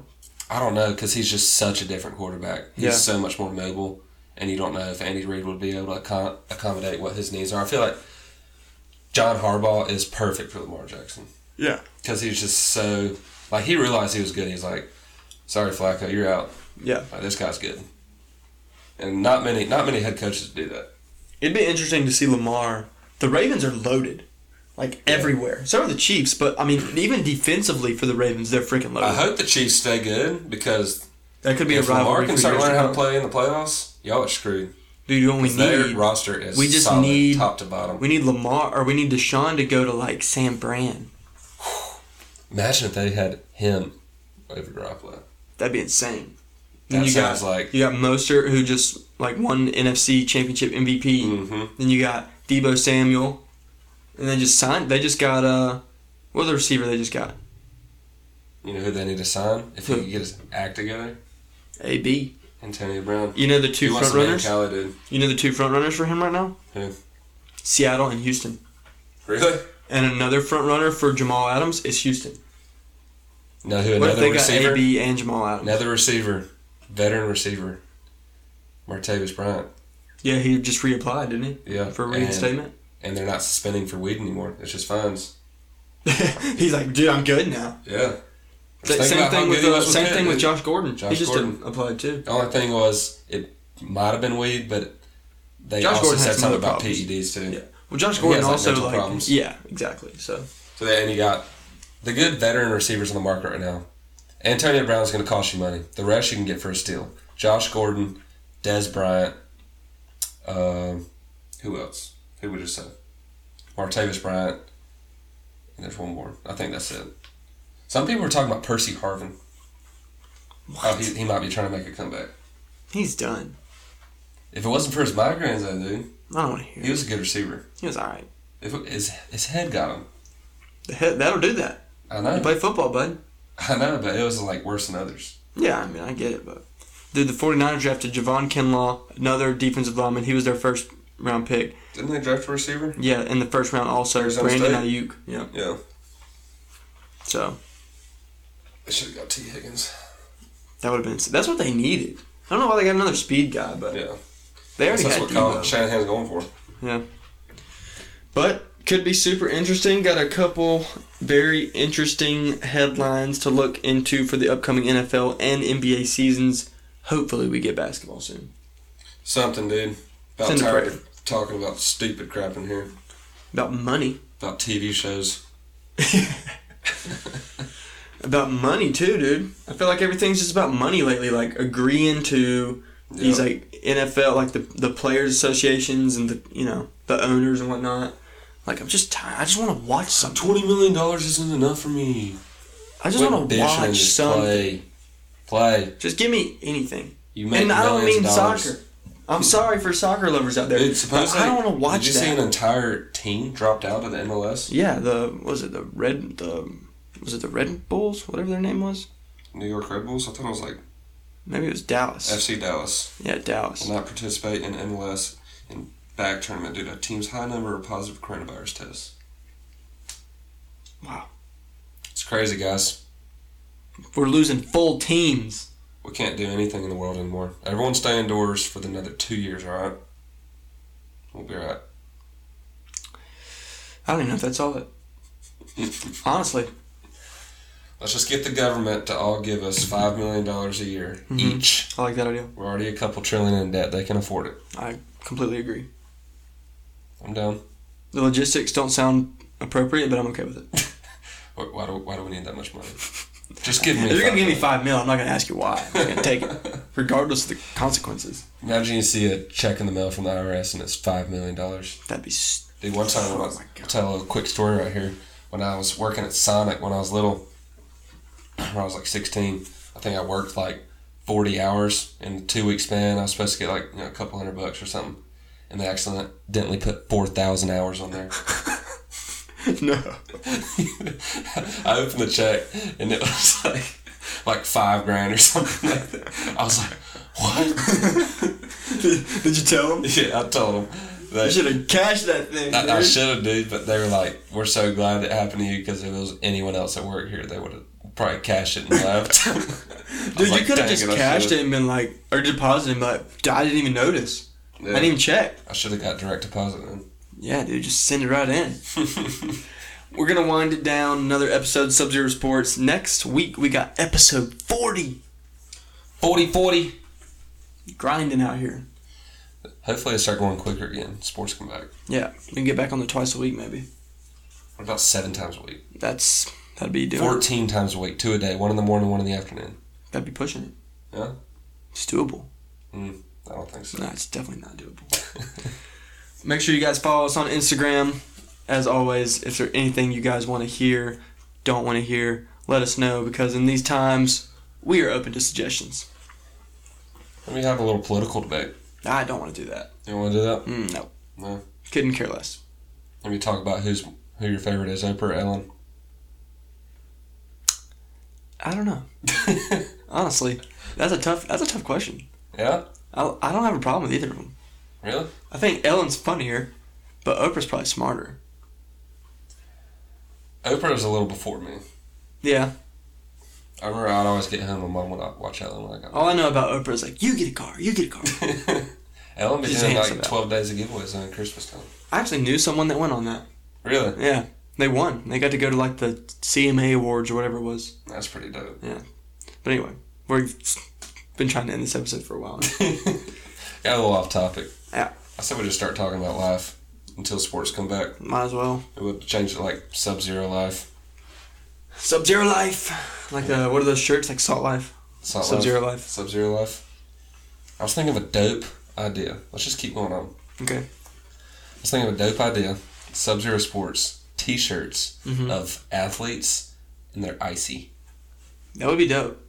[SPEAKER 2] I don't know because he's just such a different quarterback. He's
[SPEAKER 1] Yeah.
[SPEAKER 2] so much more mobile, and you don't know if Andy Reid would be able to accom- accommodate what his needs are. I feel like John Harbaugh is perfect for Lamar Jackson
[SPEAKER 1] Yeah.
[SPEAKER 2] because he's just so like he realized he was good. He's like, "Sorry, Flacco, you're out.
[SPEAKER 1] Yeah.
[SPEAKER 2] Like, this guy's good." And not many, not many head coaches do that.
[SPEAKER 1] It'd be interesting to see Lamar. The Ravens are loaded. Like everywhere. So are the Chiefs, but I mean, even defensively for the Ravens, they're freaking loaded.
[SPEAKER 2] I hope the Chiefs stay good because
[SPEAKER 1] That could be
[SPEAKER 2] Uh-huh. if
[SPEAKER 1] a rivalry.
[SPEAKER 2] Lamar
[SPEAKER 1] for
[SPEAKER 2] can start
[SPEAKER 1] years to
[SPEAKER 2] learning how to
[SPEAKER 1] come.
[SPEAKER 2] play in the playoffs, y'all are screwed.
[SPEAKER 1] Dude, you only
[SPEAKER 2] Their
[SPEAKER 1] need
[SPEAKER 2] roster is
[SPEAKER 1] we just
[SPEAKER 2] solid,
[SPEAKER 1] need-
[SPEAKER 2] top to bottom.
[SPEAKER 1] we need Lamar or we need Deshaun to go to like Sam Brand.
[SPEAKER 2] Imagine if they had him over Garoppolo.
[SPEAKER 1] That'd be insane.
[SPEAKER 2] That
[SPEAKER 1] you
[SPEAKER 2] sounds
[SPEAKER 1] got,
[SPEAKER 2] like-
[SPEAKER 1] you got Mostert, who just like won NFC Championship MVP.
[SPEAKER 2] Mhm.
[SPEAKER 1] Then you got Debo Samuel, and they just signed. They just got uh, what was the receiver they just got?
[SPEAKER 2] You know who they need to sign if he
[SPEAKER 1] Who?
[SPEAKER 2] could get his act together?
[SPEAKER 1] AB.
[SPEAKER 2] Antonio Brown.
[SPEAKER 1] You know the
[SPEAKER 2] He
[SPEAKER 1] two
[SPEAKER 2] wants
[SPEAKER 1] front
[SPEAKER 2] to be in
[SPEAKER 1] runners.
[SPEAKER 2] Cali, dude.
[SPEAKER 1] You know the two front runners for him right now.
[SPEAKER 2] Who?
[SPEAKER 1] Seattle and Houston.
[SPEAKER 2] Really?
[SPEAKER 1] And another front runner for Jamal Adams is Houston.
[SPEAKER 2] No, who?
[SPEAKER 1] What if
[SPEAKER 2] Another
[SPEAKER 1] they got
[SPEAKER 2] receiver.
[SPEAKER 1] AB and Jamal Adams?
[SPEAKER 2] Another receiver. Veteran receiver. Martavis Bryant.
[SPEAKER 1] Yeah, he just reapplied, didn't he?
[SPEAKER 2] Yeah.
[SPEAKER 1] For
[SPEAKER 2] and-
[SPEAKER 1] reinstatement.
[SPEAKER 2] And, they're not suspending for weed anymore. It's just fines.
[SPEAKER 1] He's like, dude, I'm good now.
[SPEAKER 2] Yeah.
[SPEAKER 1] Th-
[SPEAKER 2] think
[SPEAKER 1] same
[SPEAKER 2] about
[SPEAKER 1] thing
[SPEAKER 2] how
[SPEAKER 1] with
[SPEAKER 2] good he
[SPEAKER 1] uh,
[SPEAKER 2] was with
[SPEAKER 1] same
[SPEAKER 2] Pitt,
[SPEAKER 1] thing with
[SPEAKER 2] dude.
[SPEAKER 1] Josh Gordon. he
[SPEAKER 2] Josh
[SPEAKER 1] just
[SPEAKER 2] Gordon.
[SPEAKER 1] didn't apply too.
[SPEAKER 2] The only thing was it might have been weed, but they
[SPEAKER 1] Josh
[SPEAKER 2] also
[SPEAKER 1] Gordon had
[SPEAKER 2] said
[SPEAKER 1] some
[SPEAKER 2] something
[SPEAKER 1] other
[SPEAKER 2] about
[SPEAKER 1] problems.
[SPEAKER 2] PEDs too.
[SPEAKER 1] Yeah. Well, Josh
[SPEAKER 2] He
[SPEAKER 1] Gordon
[SPEAKER 2] has, like,
[SPEAKER 1] also
[SPEAKER 2] mental
[SPEAKER 1] like
[SPEAKER 2] problems.
[SPEAKER 1] yeah, exactly. So
[SPEAKER 2] So then you got the good veteran receivers on the market right now. Antonio Brown's going to cost you money. The rest you can get for a steal. Josh Gordon, Des Bryant, um, who else? Who we just said? Martavis Bryant. And there's one more. I think that's it. Some people were talking about Percy Harvin. Oh, he, he might be trying to make a comeback.
[SPEAKER 1] he's done.
[SPEAKER 2] If it wasn't for his migraines, though, dude,
[SPEAKER 1] I don't want to hear.
[SPEAKER 2] he
[SPEAKER 1] He was,
[SPEAKER 2] was a good receiver.
[SPEAKER 1] he was all right.
[SPEAKER 2] If it, his his head got him,
[SPEAKER 1] The head, that'll do that.
[SPEAKER 2] I
[SPEAKER 1] You
[SPEAKER 2] know,
[SPEAKER 1] play football, bud.
[SPEAKER 2] I know, but it was like worse than others.
[SPEAKER 1] Yeah, I mean, I get it, but dude, the 49ers drafted Javon Kinlaw, another defensive lineman. He was their first round pick.
[SPEAKER 2] Didn't they draft a receiver?
[SPEAKER 1] Yeah, in the first round also
[SPEAKER 2] Arizona
[SPEAKER 1] Brandon
[SPEAKER 2] State?
[SPEAKER 1] Ayuk. Yeah,
[SPEAKER 2] Yeah,
[SPEAKER 1] so
[SPEAKER 2] they should have got T Higgins.
[SPEAKER 1] that would have been. That's what they needed. I don't know why they got another speed guy, but
[SPEAKER 2] Yeah,
[SPEAKER 1] they already
[SPEAKER 2] that's, that's
[SPEAKER 1] had
[SPEAKER 2] what Colin
[SPEAKER 1] Debo.
[SPEAKER 2] Shanahan's going for.
[SPEAKER 1] Yeah, but could be super interesting. Got a couple very interesting headlines to look into for the upcoming NFL and NBA seasons. Hopefully, we get basketball soon.
[SPEAKER 2] Something, dude. About
[SPEAKER 1] Send a
[SPEAKER 2] tired
[SPEAKER 1] prayer.
[SPEAKER 2] of talking about stupid crap in here.
[SPEAKER 1] About money.
[SPEAKER 2] About TV shows.
[SPEAKER 1] about money too, dude. I feel like everything's just about money lately. Like agreeing to these
[SPEAKER 2] Yeah.
[SPEAKER 1] like NFL, like the the players associations and the you know the owners and whatnot. Like I'm just tired. I just want to watch something.
[SPEAKER 2] Twenty million dollars isn't enough for me.
[SPEAKER 1] I just want to
[SPEAKER 2] Quit bitching and
[SPEAKER 1] watch
[SPEAKER 2] just
[SPEAKER 1] something.
[SPEAKER 2] Play. Play.
[SPEAKER 1] Just give me anything.
[SPEAKER 2] You make
[SPEAKER 1] And I don't
[SPEAKER 2] millions
[SPEAKER 1] mean
[SPEAKER 2] of dollars.
[SPEAKER 1] soccer. I'm sorry for soccer lovers out there.
[SPEAKER 2] Dude,
[SPEAKER 1] but
[SPEAKER 2] supposedly,
[SPEAKER 1] I don't want to watch
[SPEAKER 2] Did you see
[SPEAKER 1] that.
[SPEAKER 2] an entire team dropped out of the MLS?
[SPEAKER 1] yeah, the what was it the red the was it the Red Bulls whatever their name was?
[SPEAKER 2] New York Red Bulls. I thought it was like
[SPEAKER 1] Maybe it was Dallas.
[SPEAKER 2] FC Dallas
[SPEAKER 1] yeah, Dallas.
[SPEAKER 2] will not participate in MLS in back tournament due to team's high number of positive coronavirus tests.
[SPEAKER 1] Wow,
[SPEAKER 2] It's crazy, guys.
[SPEAKER 1] we're losing full teams.
[SPEAKER 2] We can't do anything in the world anymore. Everyone stay indoors for the another two years. All right. We'll be all
[SPEAKER 1] I don't even know if that's all it.
[SPEAKER 2] right.
[SPEAKER 1] Honestly,
[SPEAKER 2] Let's just get the government to all give us five million dollars a year
[SPEAKER 1] Mhm.
[SPEAKER 2] each.
[SPEAKER 1] I like that idea.
[SPEAKER 2] We're already a couple trillion in debt. They can afford it.
[SPEAKER 1] I completely agree.
[SPEAKER 2] I'm down.
[SPEAKER 1] The logistics don't sound appropriate, but I'm okay with it.
[SPEAKER 2] Why, why, do, why do we need that much money? Just give me.
[SPEAKER 1] If you're gonna give me
[SPEAKER 2] $5 million.
[SPEAKER 1] five mil, I'm not gonna ask you why. I'm just gonna take it, regardless of the consequences.
[SPEAKER 2] Imagine you see a check in the mail from the IRS and it's five million dollars.
[SPEAKER 1] That'd be. St-
[SPEAKER 2] Dude, one time when I was,
[SPEAKER 1] Oh my God.
[SPEAKER 2] I'll tell a little quick story right here. When I was working at Sonic when I was little, when I was like 16, I think I worked like 40 hours in a two week span. I was supposed to get like you know, a couple hundred bucks or something, and they accidentally put 4,000 hours on there.
[SPEAKER 1] no.
[SPEAKER 2] I opened the check and it was like like five grand or something like that. I was like, what?
[SPEAKER 1] Did you tell him?
[SPEAKER 2] Yeah, I told them.
[SPEAKER 1] I
[SPEAKER 2] They,
[SPEAKER 1] should have cashed that thing. Dude.
[SPEAKER 2] I, I should have, dude, but they were like, "We're so glad it happened to you because if it was anyone else that worked here, they would have probably cashed it and left." I
[SPEAKER 1] Duuld
[SPEAKER 2] was
[SPEAKER 1] you
[SPEAKER 2] like,
[SPEAKER 1] could have
[SPEAKER 2] "Dang
[SPEAKER 1] just
[SPEAKER 2] I should've-
[SPEAKER 1] cashed it and been like, or deposited and been like, "Dude, I didn't even notice. I
[SPEAKER 2] Yeah,
[SPEAKER 1] didn't even check.
[SPEAKER 2] I should have got direct deposit. Then.
[SPEAKER 1] Yeah, dude, just send it right in. We're gonna wind it down. Another episode of Sub Zero Sports. Next week we got episode forty.
[SPEAKER 2] 40 40.
[SPEAKER 1] Grinding out here.
[SPEAKER 2] Hopefully, they start going quicker again. Sports come back.
[SPEAKER 1] Yeah, we can get back on the twice a week maybe.
[SPEAKER 2] What about seven times a week?
[SPEAKER 1] That's that'd be doing.
[SPEAKER 2] 14 times a week, two a day, one in the morning, one in the afternoon.
[SPEAKER 1] That'd be pushing it.
[SPEAKER 2] Yeah?
[SPEAKER 1] It's doable.
[SPEAKER 2] Mm, I don't think so.
[SPEAKER 1] No, it's definitely not doable. Make sure you guys follow us on Instagram. As always, if there's anything you guys want to hear, don't want to hear, let us know because in these times we are open to suggestions.
[SPEAKER 2] Let me have a little political debate.
[SPEAKER 1] I don't want to do that.
[SPEAKER 2] You want to do that?
[SPEAKER 1] Mm, no,
[SPEAKER 2] No.
[SPEAKER 1] couldn't care less.
[SPEAKER 2] Let me talk about who's who your favorite is, Oprah or Ellen.
[SPEAKER 1] I don't know. Honestly, that's a tough that's a tough question.
[SPEAKER 2] yeah?
[SPEAKER 1] I, I don't have a problem with either of them.
[SPEAKER 2] Really?
[SPEAKER 1] I think Ellen's funnier, but Oprah's probably smarter.
[SPEAKER 2] Oprah was a little before me.
[SPEAKER 1] Yeah,
[SPEAKER 2] I remember I'd always get home. My mom would not watch Ellen when I got
[SPEAKER 1] All I know about Oprah is like, you get a car, you get a car.
[SPEAKER 2] home. Ellen be
[SPEAKER 1] Oh. She's
[SPEAKER 2] doing
[SPEAKER 1] handsome,
[SPEAKER 2] like 12 days of giveaways on Christmas time.
[SPEAKER 1] I actually knew someone that went on that.
[SPEAKER 2] Really?
[SPEAKER 1] Yeah. They won. They got to go to like the CMA Awards or whatever it was.
[SPEAKER 2] That's pretty dope.
[SPEAKER 1] But anyway, we've been trying to end this episode for a while.
[SPEAKER 2] Got a little off topic.
[SPEAKER 1] Yeah.
[SPEAKER 2] I said we just start talking about life until sports come back.
[SPEAKER 1] Might as well.
[SPEAKER 2] We'll change it like Sub Zero Life.
[SPEAKER 1] Sub Zero Life. Like uh, what are those shirts? Like Salt Life. Sub Zero Life.
[SPEAKER 2] Sub Zero Life. I was thinking of a dope idea. Let's just keep going on.
[SPEAKER 1] Okay.
[SPEAKER 2] I was thinking of a dope idea. Sub Zero Sports t shirts
[SPEAKER 1] Mhm.
[SPEAKER 2] of athletes and they're icy.
[SPEAKER 1] That would be dope.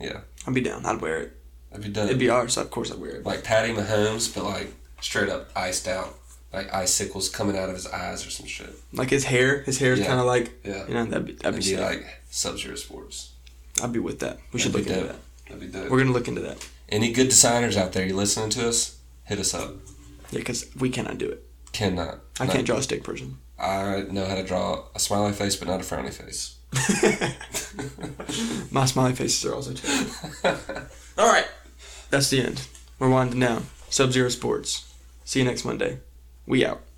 [SPEAKER 2] Yeah.
[SPEAKER 1] I'd be down. I'd wear it.
[SPEAKER 2] That'd be dope.
[SPEAKER 1] It'd be ours, so of course I'd wear it.
[SPEAKER 2] like Patty Mahomes, but like straight up iced out. Like icicles coming out of his eyes or some shit.
[SPEAKER 1] Like his hair, his hair's
[SPEAKER 2] Yeah.
[SPEAKER 1] kind of like
[SPEAKER 2] Yeah.
[SPEAKER 1] you know that'd be that'd
[SPEAKER 2] That'd
[SPEAKER 1] be
[SPEAKER 2] be
[SPEAKER 1] sick.
[SPEAKER 2] like Sub Zero Sports.
[SPEAKER 1] I'd be with that. We should
[SPEAKER 2] That'd
[SPEAKER 1] look
[SPEAKER 2] be
[SPEAKER 1] into
[SPEAKER 2] dope.
[SPEAKER 1] that.
[SPEAKER 2] That'd be dope.
[SPEAKER 1] We're gonna look into that.
[SPEAKER 2] Any good designers out there, you listening to us? Hit us up.
[SPEAKER 1] Yeah, because we cannot do it.
[SPEAKER 2] Cannot.
[SPEAKER 1] I
[SPEAKER 2] No.
[SPEAKER 1] can't draw a stick person.
[SPEAKER 2] I know how to draw a smiley face, but not a frowny face.
[SPEAKER 1] My smiley faces are also terrible. All right, that's the end. We're winding down. Sub Zero Sports. See you next Monday. We out.